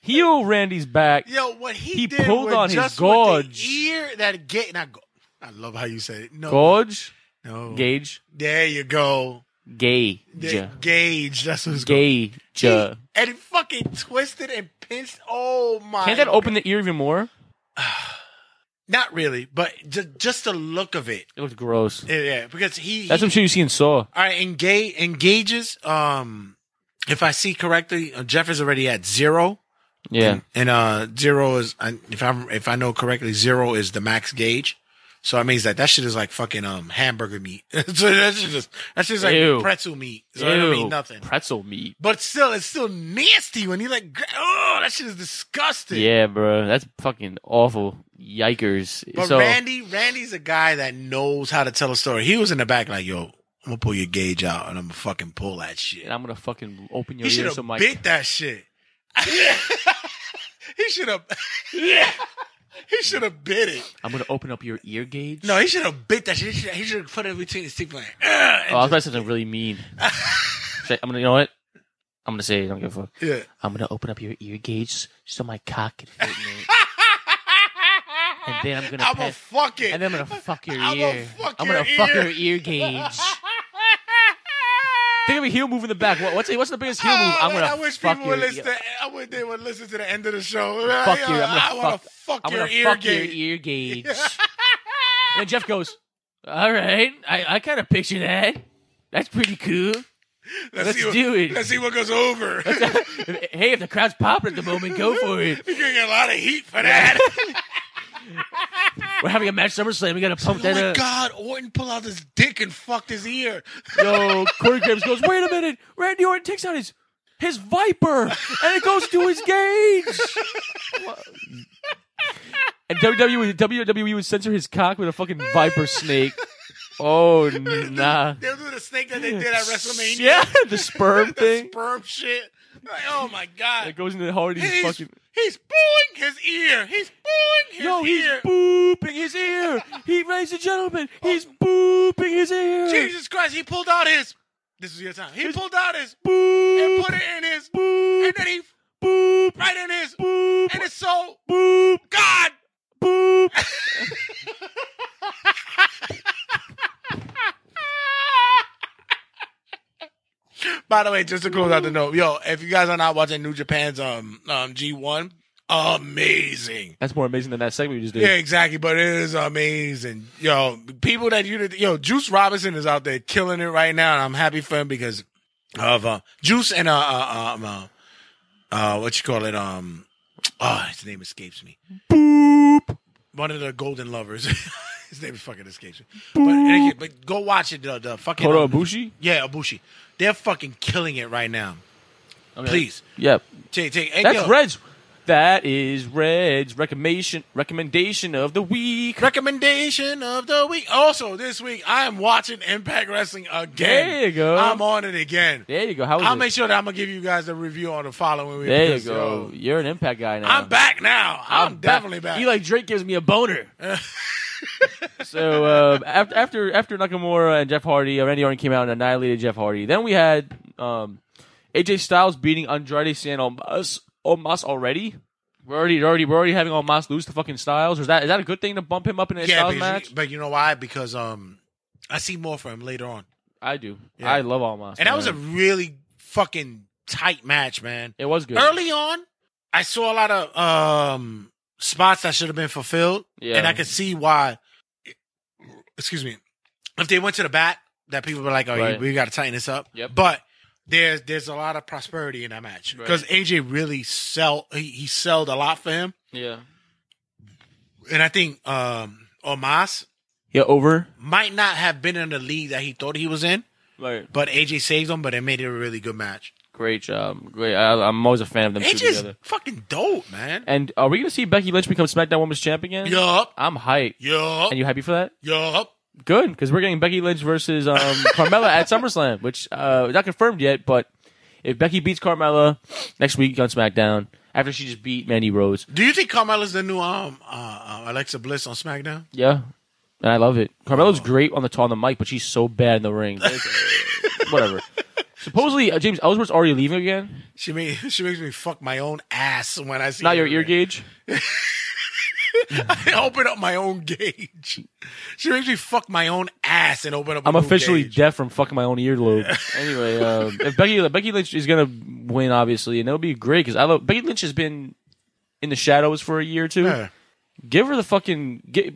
Heel Randy's back.
Yo, what he,
He
did
pulled
with
on his
just with
gorge.
the ear that get not go- I love how you say it. No,
Gorge,
no.
Gage,
There you go.
Gage,
The Gauge. That's what it's called.
Gage. Can't
And he fucking twisted and pinched. Oh my!
that open the ear even more?
Not really, but just just the look of it.
It looked gross.
Yeah, yeah, because he.
That's
he-
some shit you see in Saw.
All right, engage engages. Um, if I see correctly, uh, Jeff is already at zero.
Yeah.
and uh zero is I- if I'm if I know correctly, zero is the max gauge. So that means that that shit is like fucking um hamburger meat. so that's just that's just like
Ew.
pretzel meat. So it don't mean nothing.
Pretzel meat.
But still, it's still nasty when you like. gra- Oh, that shit is disgusting.
Yeah, bro, that's fucking awful. Yikers!
But
so
Randy, Randy's a guy that knows how to tell a story. He was in the back like, yo, I'm gonna pull your gauge out and I'm gonna fucking pull that shit.
and I'm gonna fucking open your
He should
ears
have
so my
bit that shit. he should have. He should have bit it.
I'm gonna open up your ear gauge.
No, he should have bit that shit. He should, he should have put it between his teeth. Like, "Ugh,"
oh, I was about to say something really mean. Shit, I'm gonna, you know what? I'm gonna say it. I Don't give a fuck.
yeah.
I'm gonna open up your ear gauge so my cock can fit in it. and then I'm gonna
I'm gonna
pet-
fuck it.
and then I'm gonna fuck your
I'ma
ear.
fuck
I'm gonna
your
fuck
ear.
your ear gauge. Think of a heel move in the back. What, what's what's the biggest heel move?
Oh,
I'm
man,
gonna
I wish
fuck
people
your
would listen.
ear-
To, I wish they would listen to the end of the show.
fuck
Yo,
your. I'm gonna
I wanna
fuck,
fuck
I'm
your
gonna
ear
fuck
gauge.
your ear gauge. and Jeff goes, "All right, I, I kind of picture that. That's pretty cool. Let's
see what-
do it.
Let's see what goes over. You're
hey, if the crowd's popping at the moment, go for it.
getting a lot of heat for that. Oh
We're having a match SummerSlam. We gotta pump
oh
that
my
up."
God! Orton pulled out his dick and fucked his ear.
Yo, Corey Graves goes, "Wait a minute, Randy Orton takes out his his viper, and it goes to his gauge. and E, WWE, WWE would censor his cock with a fucking viper snake. Oh nah,
They'll do the snake that they did at WrestleMania.
yeah, the sperm
the
thing.
sperm shit. Like, oh my
It
god.
goes into Hardy's
He's,
fucking.
he's booing his ear. He's booing his
No, he's
ear.
booping his ear. He, ladies and gentlemen, he's booping his ear.
Jesus Christ, he pulled out his. This is your time. He pulled out his
Boop,
and put it in his
boop,
and then he
boop,
right in his
boop,
and it's so
boop,
God.
boop.
By the way, just to close out the note, yo, if you guys are not watching New Japan's um um G one, amazing.
That's more amazing than that segment you just did.
Yeah, exactly. But it is amazing. Yo, people that you, yo, Juice Robinson is out there killing it right now. And I'm happy for him because of, uh, Juice and, uh, uh, um, uh, uh, what you call it? Um, oh, his name escapes me.
Boop.
One of the Golden Lovers. his name fucking escapes me. But, but go watch it. The, the fucking,
Kota
um,
Ibushi.
yeah, Abushi. They're fucking killing it right now.
Okay.
Please.
Yep.
Take, take, hey,
That's
yo,
Red's. That is Red's recommendation recommendation of the week.
Recommendation of the week. Also, this week I am watching Impact Wrestling again.
There you go.
I'm on it again.
There you go. How is
I'll
it?
make sure that I'm gonna give you guys a review on the following week.
there you
because,
go.
yo,
You're an impact guy now.
I'm back now. I'm,
back.
definitely back.
Eli Drake gives me a boner. so uh, after after after Nakamura and Jeff Hardy, uh, Randy Orton came out and annihilated Jeff Hardy. Then we had um, AJ Styles beating Andrade San Omas, Omas already. We're already already we're already having Omas lose to fucking Styles. Or is that is that a good thing to bump him up in a
yeah,
Styles
but,
match?
but you know why? Because um, I see more from him later on,
I do.
Yeah.
I love Omas.
and that was a
man.
really fucking tight match, man.
it was good.
Early on, I saw a lot of um spots that should have been fulfilled,
Yeah.
and I could see why. Excuse me, if they went to the bat, that people were like, "Oh, you-
Right.
we got to tighten this up."
Yep.
But there's there's a lot of prosperity in that match
Right.
because AJ really sell he, he sold a lot for him,
Yeah.
and I think um Omas
Yeah. Over.
might not have been in the league that he thought he was in,
Right.
but AJ saved him, but it made it a really good match.
Great job. Great. I, I'm always a fan of them two
AJ's
together.
fucking dope, man.
And are we gonna see Becky Lynch become SmackDown Women's Champ again?
Yup,
I'm hyped.
yup,
And you happy for that?
yup.
Good, because we're getting Becky Lynch versus um, Carmella at SummerSlam, which uh, is not confirmed yet. But if Becky beats Carmella next week on SmackDown, after she just beat Mandy Rose,
Do you think Carmella's the new um uh, uh, Alexa Bliss on SmackDown?
yeah, and I love it. Carmella's great on the on the mic, but she's so bad in the ring. Whatever. Supposedly, uh, James Ellsworth's already leaving again.
She made, she makes me fuck my own ass when I see.
Not
her.
your ear gauge.
I open up my own gauge. She makes me fuck my own ass and open up.
I'm
a new
officially
gauge.
deaf from fucking my own earlobe. anyway, um, if Becky Becky Lynch is gonna win, obviously, and it'll be great because I love Becky Lynch has been in the shadows for a year or two.
Yeah.
Give her the fucking get,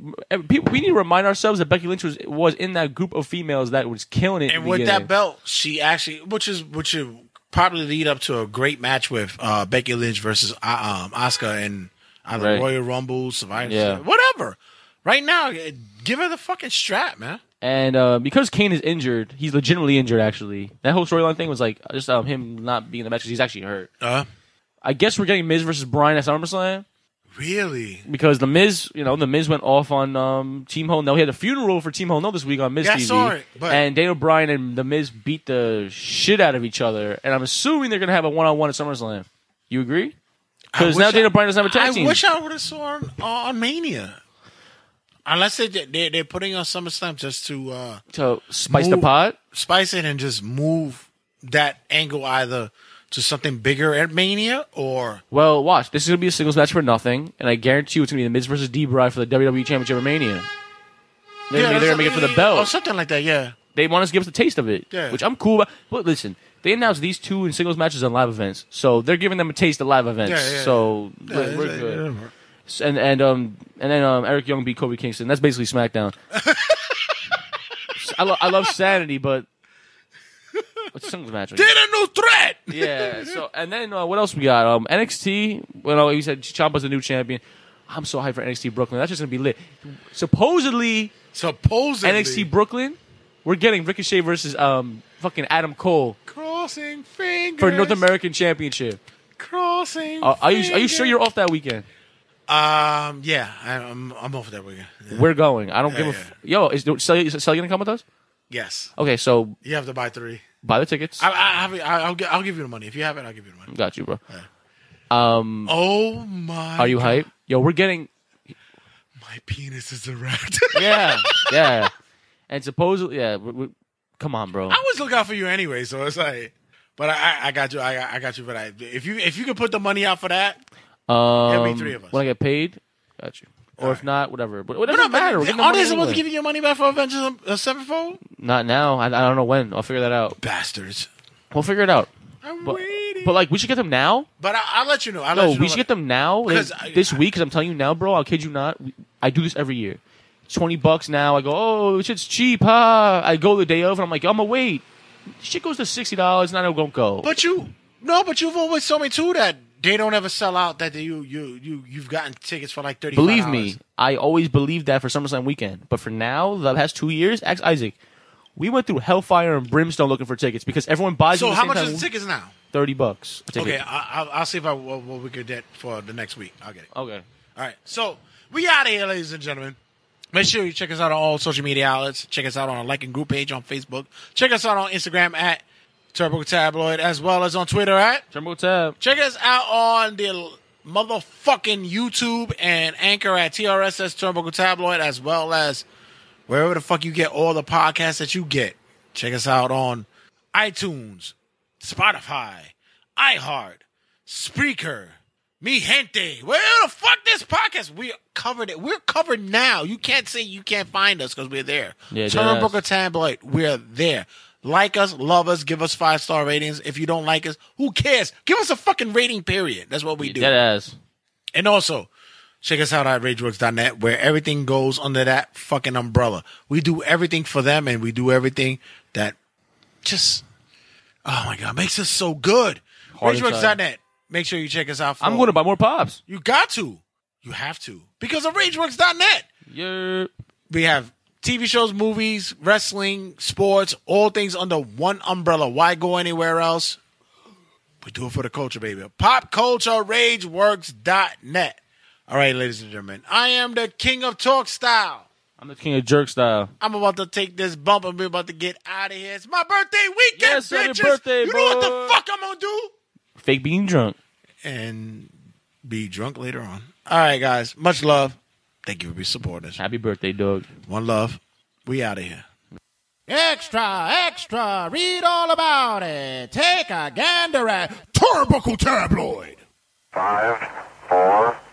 people. We need to remind ourselves that Becky Lynch was was in that group of females that was killing it. in
And
the
with
beginning.
that belt, she actually, which is which should probably lead up to a great match with uh, Becky Lynch versus uh, um Oscar and uh, the
Right.
Royal Rumble, Survivor,
Yeah.
Series, whatever. Right now, eh, give her the fucking strap, man.
and uh, because Kane is injured, he's legitimately injured. Actually, that whole storyline thing was like just um, him not being in the match 'cause he's actually hurt.
Uh,
I guess we're getting Miz versus Bryan at SummerSlam.
really?
because the Miz, you know, the Miz went off on um, Team Hell No. He had a funeral for Team Hell No this week on Miz
Yeah, I
TV,
saw it, but-
and Daniel Bryan and the Miz beat the shit out of each other. And I'm assuming they're gonna have a one on one at SummerSlam. You agree? Because
I
now
wish
Daniel
I-
Bryan doesn't have a tag
I
team.
wish I would have saw on, on Mania. Unless they, they they're putting on SummerSlam just to uh,
to spice the
Move.
pot.
spice it and just move that angle either to something bigger at Mania or
Well, watch. This is gonna be a singles match for nothing, and I guarantee you it's gonna be the Miz versus D. Bry for the WWE Championship at Mania. They're, gonna, they're
that's
gonna make it for the
something-
belt.
or something like that. Yeah,
They want us to give us a taste of it,
Yeah.
which I'm cool about. But listen, they announced these two in singles matches on live events, so they're giving them a taste of live events.
Yeah, yeah,
so we're,
Yeah,
we're
yeah,
good.
yeah.
S- And and um and then um Eric Young beat Kobe Kingston. That's basically SmackDown. I, lo- I love sanity, but it's a singles match. I guess.
Get a new threat.
yeah. So and then uh, what else we got? Um NXT. Well, you said Ciampa's the new champion. I'm so hyped for NXT Brooklyn. That's just gonna be lit. Supposedly
Supposedly
NXT Brooklyn, we're getting Ricochet versus um fucking Adam Cole.
Cole. Crossing fingers.
for North American Championship. Uh,
Crossing.
Are, are you are you sure
fingers.
you're off that weekend?
Um. Yeah. I, I'm. I'm off that weekend. Yeah.
We're going. I don't give a
yeah.
f- yo. Is Sally is Sally gonna come with us?
Yes.
Okay, so
You have to buy three.
buy the tickets.
I, I, I have. I, I'll. gi- I'll give you the money if you have it. I'll give you the money.
Got you, bro.
Oh my.
Are you hype? Yo, we're getting
My penis is erect.
yeah yeah, and supposedly yeah. we we come on, bro.
I was looking out for you anyway, so it's like. But I, I, I got you. I, got- I got you. But I, if you, if you could put the money out for that,
Um,
be three of us.
When I get paid, got you. Or if not, whatever. But it doesn't
no,
matter.
But
We're getting the
all
money
they supposed
anyway.
to give you your money back for Avengers uh, Sevenfold?
Not now. I, I don't know when. I'll figure that out.
Bastards.
We'll figure it out.
I'm
But,
waiting.
but
But,
like, we should get them now.
I, I'll let you know. I'll
No,
let you know
we should
when-
get them now. like,
'Cause I-
this week, because I'm telling you now, bro. I'll kid you not. we- I do this every year. Twenty bucks now. I go, oh, shit's cheap, huh? I go the day of, and I'm like, I'm gonna wait. Shit goes to sixty dollars, and I don't go.
But you, no, but you've always told me too that they don't ever sell out. That you, you, you, you've gotten tickets for like thirty.
Believe me, I always believed that for SummerSlam weekend. But for now, the past two years, ex Isaac, we went through hellfire and brimstone looking for tickets because everyone buys.
So
them at
how
the
much
same
is the
time.
tickets now?
Thirty bucks. a ticket.
Okay, I, I'll, I'll see if I what, what we could get for the next week. I'll get it.
Okay.
All right. So we out of here, ladies and gentlemen. Make sure you check us out on all social media outlets. Check us out on our like and group page on Facebook. Check us out on Instagram at Turbo Tabloid, as well as on Twitter at.
Jumbo tab.
Check us out on the motherfucking YouTube and anchor at TRSS Turnbuckle Tabloid, as well as wherever the fuck you get all the podcasts that you get. Check us out on iTunes, Spotify, iHeart, Spreaker, Mi Gente. Where the fuck this podcast? We covered it. We're covered now. You can't say you can't find us because we're there.
Yeah,
Turnbuckle
that's-
Tabloid, we're there. Like us, love us, give us five star ratings. If you don't like us, who cares? Give us a fucking rating, period. That's what we do.
Dead ass.
And also, check us out at rageworks.net where everything goes under that fucking umbrella. We do everything for them and we do everything that just, oh my God, makes us so good.
Hard inside.
Rageworks.net. Make sure you check us out. For,
I'm going to buy more pops.
You got to. You have to. Because of rageworks.net.
Yeah.
We have TV shows, movies, wrestling, sports, all things under one umbrella. Why go anywhere else? We do it for the culture, baby. PopCultureRageWorks.net. All right, ladies and gentlemen, I am the king of talk style.
I'm the king of jerk style.
I'm about to take this bump and we're about to get out of here. It's my birthday weekend,
Yes, happy
bitches.
birthday,
you know what
boy.
the fuck I'm gonna do?
Fake being drunk.
And be drunk later on. All right, guys. Much love. Thank you for being supporters.
Happy birthday, dog.
One love. We out of here.
Extra, extra, read all about it. Take a gander at Turbuckle Tabloid.
Five, four,